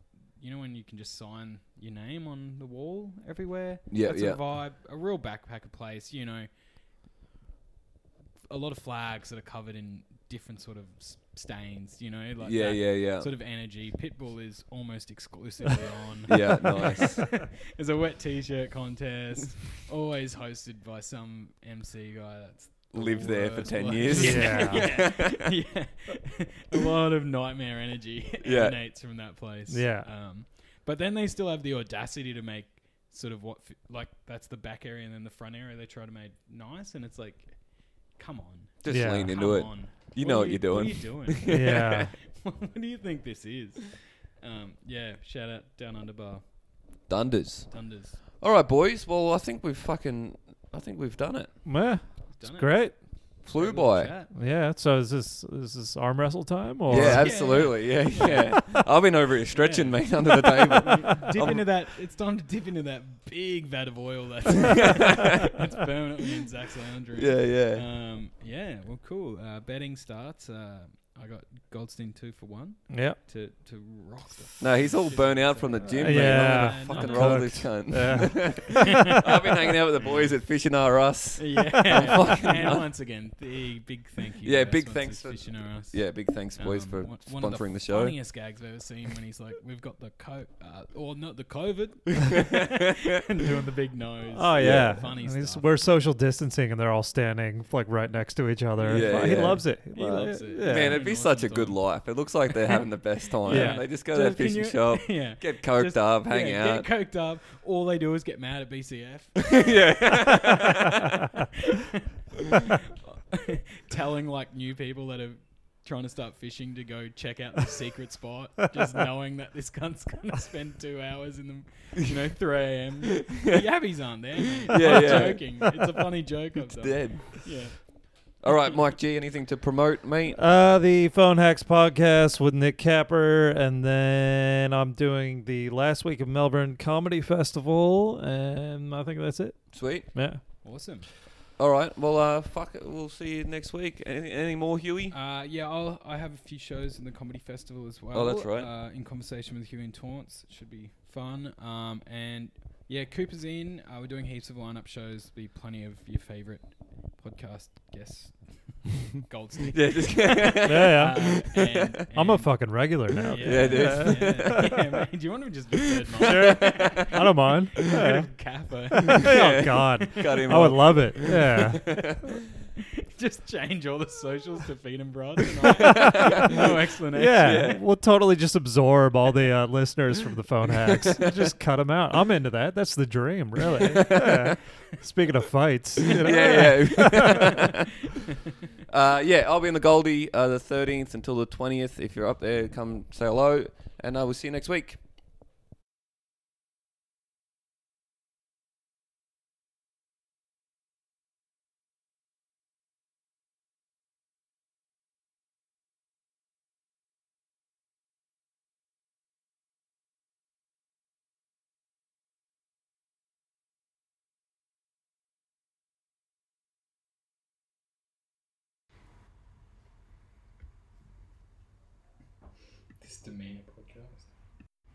Speaker 4: you know, when you can just sign your name on the wall everywhere.
Speaker 1: Yeah,
Speaker 4: That's
Speaker 1: yeah.
Speaker 4: a vibe. A real backpacker place. You know, a lot of flags that are covered in different sort of s- stains. You know, like
Speaker 1: Yeah,
Speaker 4: that
Speaker 1: yeah, yeah.
Speaker 4: Sort of energy. Pitbull is
Speaker 1: <laughs>
Speaker 4: almost exclusively on.
Speaker 1: Yeah, nice.
Speaker 4: It's a wet t-shirt contest, always hosted by some MC
Speaker 1: <laughs>
Speaker 4: guy that's the
Speaker 1: Lived there for
Speaker 4: worst
Speaker 1: 10
Speaker 4: bloke.
Speaker 1: years.
Speaker 3: Yeah.
Speaker 4: yeah. <laughs> a lot of nightmare energy
Speaker 1: Yeah.
Speaker 4: emanates from that place.
Speaker 3: Yeah.
Speaker 4: Um, but then they still have the audacity to make sort of what, f- like, that's the back area and then the front area they try to make nice, and it's like, come on,
Speaker 1: <laughs> Just
Speaker 3: Yeah.
Speaker 1: lean
Speaker 4: come
Speaker 1: into it.
Speaker 4: on.
Speaker 1: You know
Speaker 4: are
Speaker 1: what you're
Speaker 4: What are
Speaker 1: doing.
Speaker 4: you doing?
Speaker 1: <laughs>
Speaker 4: <laughs>
Speaker 3: yeah.
Speaker 4: what do you think this is? Um, yeah. Shout out down under bar
Speaker 1: Dunders.
Speaker 4: thunders.
Speaker 1: All right, boys. Well, I think we've fucking. I think we've done it.
Speaker 3: Meh. It's
Speaker 4: Done it.
Speaker 3: great.
Speaker 1: Flew
Speaker 4: Little
Speaker 1: by.
Speaker 4: chat.
Speaker 3: Yeah. So is this is this arm wrestle time or
Speaker 1: Yeah, absolutely. Yeah, yeah. I've been over here stretching, mate, under the table.
Speaker 4: <laughs> dip into that. It's time to dip into that big vat of oil that's,
Speaker 1: <laughs>
Speaker 4: that's permanently in Zach's lounge room.
Speaker 1: yeah, yeah.
Speaker 4: Um, yeah. Well, cool. Uh, betting starts. Uh, I got Goldstein two for one
Speaker 3: yeah.
Speaker 4: to to rock. The
Speaker 1: No, he's all burnt out from the gym, mate.
Speaker 3: Yeah,
Speaker 1: I'm
Speaker 4: I'm
Speaker 1: gonna fucking roll
Speaker 3: cooked.
Speaker 1: this cunt.
Speaker 3: Yeah.
Speaker 1: <laughs> I've been hanging out with the boys at Fishing R <laughs> Us.
Speaker 4: yeah. <laughs> and once again, the big thank you.
Speaker 1: Yeah,
Speaker 4: to our
Speaker 1: big
Speaker 4: sponsors,
Speaker 1: thanks for-
Speaker 4: Fishing Are Us.
Speaker 1: Yeah, big thanks, boys,
Speaker 4: Um,
Speaker 1: for
Speaker 4: one- one of
Speaker 1: sponsoring the,
Speaker 4: The
Speaker 1: show.
Speaker 4: funniest gags I've ever seen when he's like, "We've got the co, uh, or not
Speaker 1: <laughs>
Speaker 4: the COVID," <laughs> and doing the big nose.
Speaker 3: Oh yeah.
Speaker 4: funny
Speaker 3: And he's-
Speaker 4: stuff.
Speaker 3: We're social distancing and they're all standing like right next to each other.
Speaker 1: Yeah,
Speaker 3: he
Speaker 1: yeah.
Speaker 3: loves it.
Speaker 4: He loves it.
Speaker 3: Yeah.
Speaker 1: Man,
Speaker 4: Yeah.
Speaker 1: it'd be such a good life. It looks like they're having the
Speaker 4: <laughs>
Speaker 1: best time.
Speaker 3: Yeah.
Speaker 1: They just go
Speaker 4: So
Speaker 1: to that
Speaker 4: can
Speaker 1: fishing
Speaker 4: you- <laughs>
Speaker 1: shop,
Speaker 4: yeah.
Speaker 1: get coked
Speaker 4: Just-
Speaker 1: up, hang
Speaker 4: yeah,
Speaker 1: out.
Speaker 4: Get coked up. All they do is get mad at BCF,
Speaker 1: <laughs> yeah.
Speaker 4: telling like new people that are trying to start fishing to go check out the secret spot,
Speaker 1: <laughs>
Speaker 4: just knowing that this cunt's gonna spend two hours in
Speaker 1: <laughs>
Speaker 4: the, you know, three a.m. The yabbies aren't there. mate. I'm
Speaker 1: Yeah, yeah.
Speaker 4: joking. It's a funny joke. I've done.
Speaker 1: Dead.
Speaker 4: Yeah.
Speaker 1: All right, Mike G, anything to promote, mate?
Speaker 3: <laughs> Uh, the Phone Hacks podcast with Nick Capper, and then I'm doing the last week of Melbourne Comedy Festival, and I think that's it.
Speaker 1: Sweet.
Speaker 3: Yeah.
Speaker 4: Awesome.
Speaker 1: All right. Well, uh, fuck it. We'll see you next week. Any, any more, Huey?
Speaker 4: Uh, yeah, I'll, I have a few shows in the comedy festival as well.
Speaker 1: Oh, that's right.
Speaker 4: Uh, in conversation with Hugh and Taunts, it should be fun. Um, and yeah, Cooper's in. Uh, we're doing heaps of lineup shows. Be plenty of your favorite podcast
Speaker 3: <laughs>
Speaker 4: guests. Goldstein.
Speaker 3: Uh,
Speaker 1: <laughs> Yeah, just yeah,
Speaker 3: Yeah,
Speaker 1: <laughs>
Speaker 3: yeah.
Speaker 4: Uh, and-
Speaker 3: <laughs> I'm a
Speaker 4: and-
Speaker 3: fucking regular now.
Speaker 1: Yeah,
Speaker 4: Yeah,
Speaker 1: dude.
Speaker 4: yeah, <laughs>
Speaker 1: <laughs>
Speaker 4: yeah, mate. Do you want to just be third mate? <laughs>
Speaker 3: I don't mind. Yeah. <laughs>
Speaker 4: Kappa.
Speaker 3: oh God,
Speaker 1: cut him
Speaker 3: I would
Speaker 1: off.
Speaker 3: love it. Yeah.
Speaker 1: <laughs>
Speaker 4: just change all the socials to feed
Speaker 1: <laughs>
Speaker 4: and broad. tonight. no explanation.
Speaker 3: Yeah, we'll totally just absorb all the uh, listeners from the phone hacks. just cut them out. I'm into that. That's the dream, really. Yeah. Speaking of
Speaker 1: <laughs>
Speaker 3: fights, you know?
Speaker 1: yeah,
Speaker 3: <laughs>
Speaker 1: yeah. uh, yeah, I'll be in the Goldie uh, the 13th until the 20th. If you're up there, come say hello, and I will see you next week.
Speaker 4: This demeanor podcast.